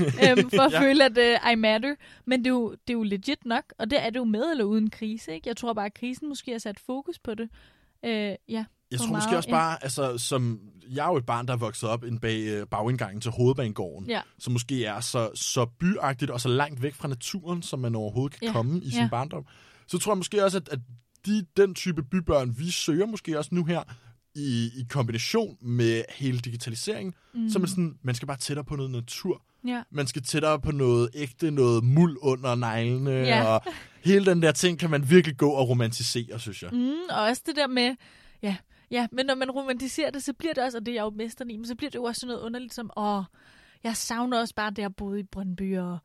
Speaker 2: øhm, for at
Speaker 1: Ja.
Speaker 2: ja. føle, at øh, I matter. Men det er, jo, det er jo legit nok, og det er det jo med eller uden krise, ikke? Jeg tror bare, at krisen måske har sat fokus på det. Øh, ja.
Speaker 1: Jeg
Speaker 2: Hvor
Speaker 1: tror måske
Speaker 2: meget,
Speaker 1: også
Speaker 2: ja.
Speaker 1: bare, altså, som, jeg er jo et barn, der er vokset op ind bag øh, bagindgangen til hovedbanegården,
Speaker 2: Ja.
Speaker 1: som måske er så, så byagtigt og så langt væk fra naturen, som man overhovedet kan
Speaker 2: Ja,
Speaker 1: komme i sin
Speaker 2: ja.
Speaker 1: barndom. Så tror jeg måske også, at, at de, den type bybørn, vi søger måske også nu her, i, i kombination med hele digitaliseringen, mm. så er man sådan, man skal bare tættere på noget natur.
Speaker 2: Ja.
Speaker 1: Man skal tættere på noget ægte, noget muld under neglene,
Speaker 2: Ja.
Speaker 1: og hele den der ting kan man virkelig gå og romantisere, synes jeg.
Speaker 2: Mm, og også det der med, ja, ja, men når man romantiserer det, så bliver det også, og det er jeg jo mesteren i, men så bliver det jo også sådan noget underligt som, åh, jeg savner også bare, da jeg boede i Brøndby, og,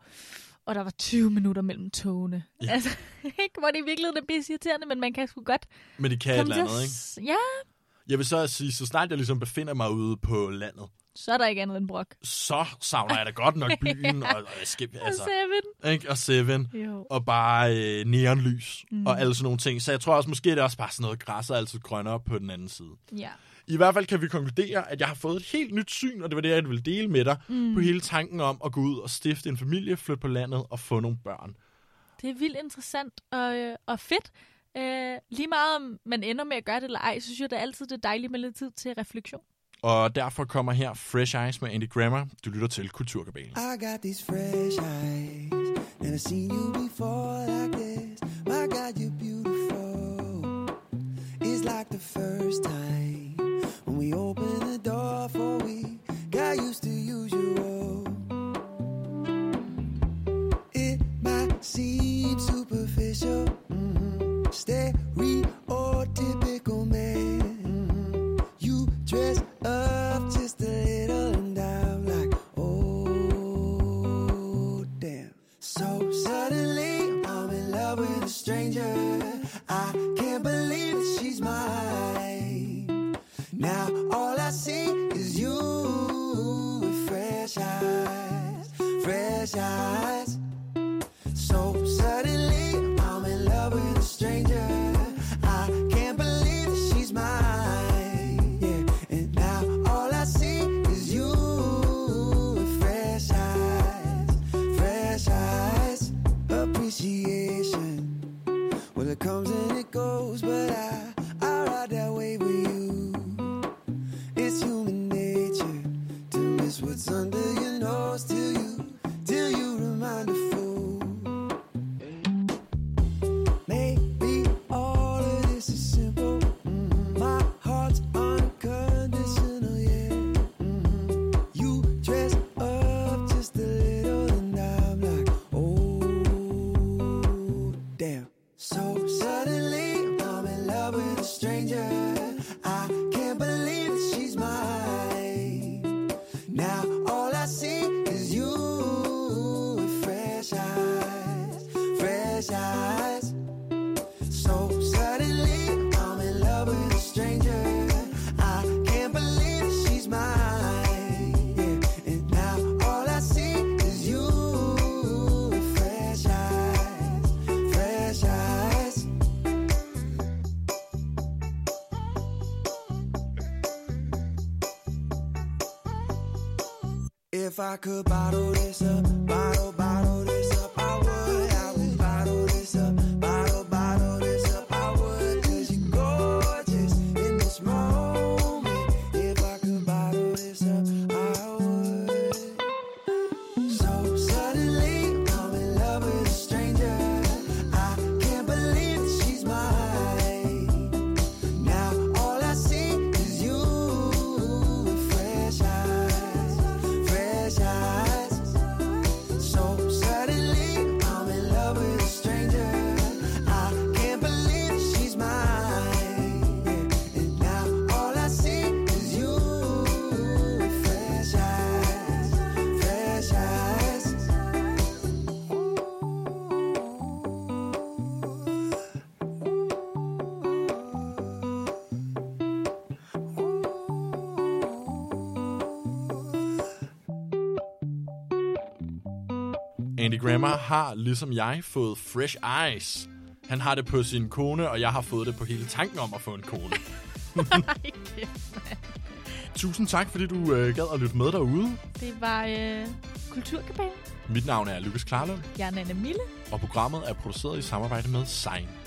Speaker 2: og der var 20 minutter mellem togene. Ja. Altså, *laughs* ikke? Hvor det i virkeligheden er pisse irriterende, men man kan sgu godt
Speaker 1: Men det kan et eller
Speaker 2: til
Speaker 1: andet, ikke?
Speaker 2: at... Ja,
Speaker 1: Jeg vil så sige, så snart jeg ligesom befinder mig ude på landet,
Speaker 2: så er der ikke andet end brok.
Speaker 1: så savner jeg da godt nok byen og, og,
Speaker 2: *laughs*
Speaker 1: skib,
Speaker 2: Altså.
Speaker 1: altså,
Speaker 2: Seven.
Speaker 1: ikke? og Seven
Speaker 2: Jo.
Speaker 1: og bare øh, neonlys mm. og alle sådan nogle ting. Så jeg tror også, måske er det også bare sådan noget græs er altid grønnere på den anden side.
Speaker 2: Ja.
Speaker 1: I hvert fald kan vi konkludere, at jeg har fået et helt nyt syn, og det var det, jeg ville dele med dig, mm. på hele tanken om at gå ud og stifte en familie, flytte på landet og få nogle børn.
Speaker 2: Det er vildt interessant og, øh, og fedt. Øh, lige meget om man ender med at gøre det eller ej, så synes jeg, det er altid det er dejligt med lidt tid til refleksion.
Speaker 1: Og derfor kommer her Fresh Eyes med Andy Grammer. Du lytter til Kulturkabalen.
Speaker 6: I got these fresh eyes. Never seen you before like this. My God, you're beautiful. It's like the first time when we opened the door for we got used to usual. It might seem superficial, mhm, stereotypical man. mhm. You dress up just a little, and I'm like, oh damn. So suddenly I'm in love with a stranger. I can't believe that she's mine. Now all I see is you with fresh eyes, fresh eyes. So suddenly I'm in love with a stranger. I can't believe that she's mine. Yeah, and now all I see is you with fresh eyes, fresh eyes, appreciation. Well, it comes and it goes, but I I ride that wave with you. It's human nature to miss what's under your nose till you till you remind a fool. Maybe all of this is simple. Mhm. My heart's unconditional, yeah. Mhm. You dress up just a little, and I'm like, oh, damn. So suddenly, I'm in love with a stranger. I can't believe that she's mine. Now all I see is you with fresh eyes, fresh eyes. So suddenly, I'm in love with a stranger. I can't believe that she's mine. Yeah, and now all I see is you with fresh eyes, fresh eyes. If I could bottle this up, bottle, bottle this up, I would. I would bottle this up, bottle, bottle this up, I would. Cause you're gorgeous in this moment. If I could bottle this up, I would. So suddenly, I'm in love with a stranger. I can't believe that she's mine. Now all I see is you with fresh eyes, fresh eyes. So
Speaker 1: Andy Grammer har, ligesom jeg, fået fresh eyes. Han har det på sin kone, og jeg har fået det på hele tanken om at få en
Speaker 2: *laughs*
Speaker 1: kone. *laughs*
Speaker 2: Ej, kæft, mand.
Speaker 1: Tusind tak, fordi du øh, gad at lytte med derude.
Speaker 2: Det var øh, Kulturkabalen.
Speaker 1: Mit navn er Lukas Klarlund,
Speaker 2: Jeg er Nana Mille.
Speaker 1: og programmet er produceret i samarbejde med Sein.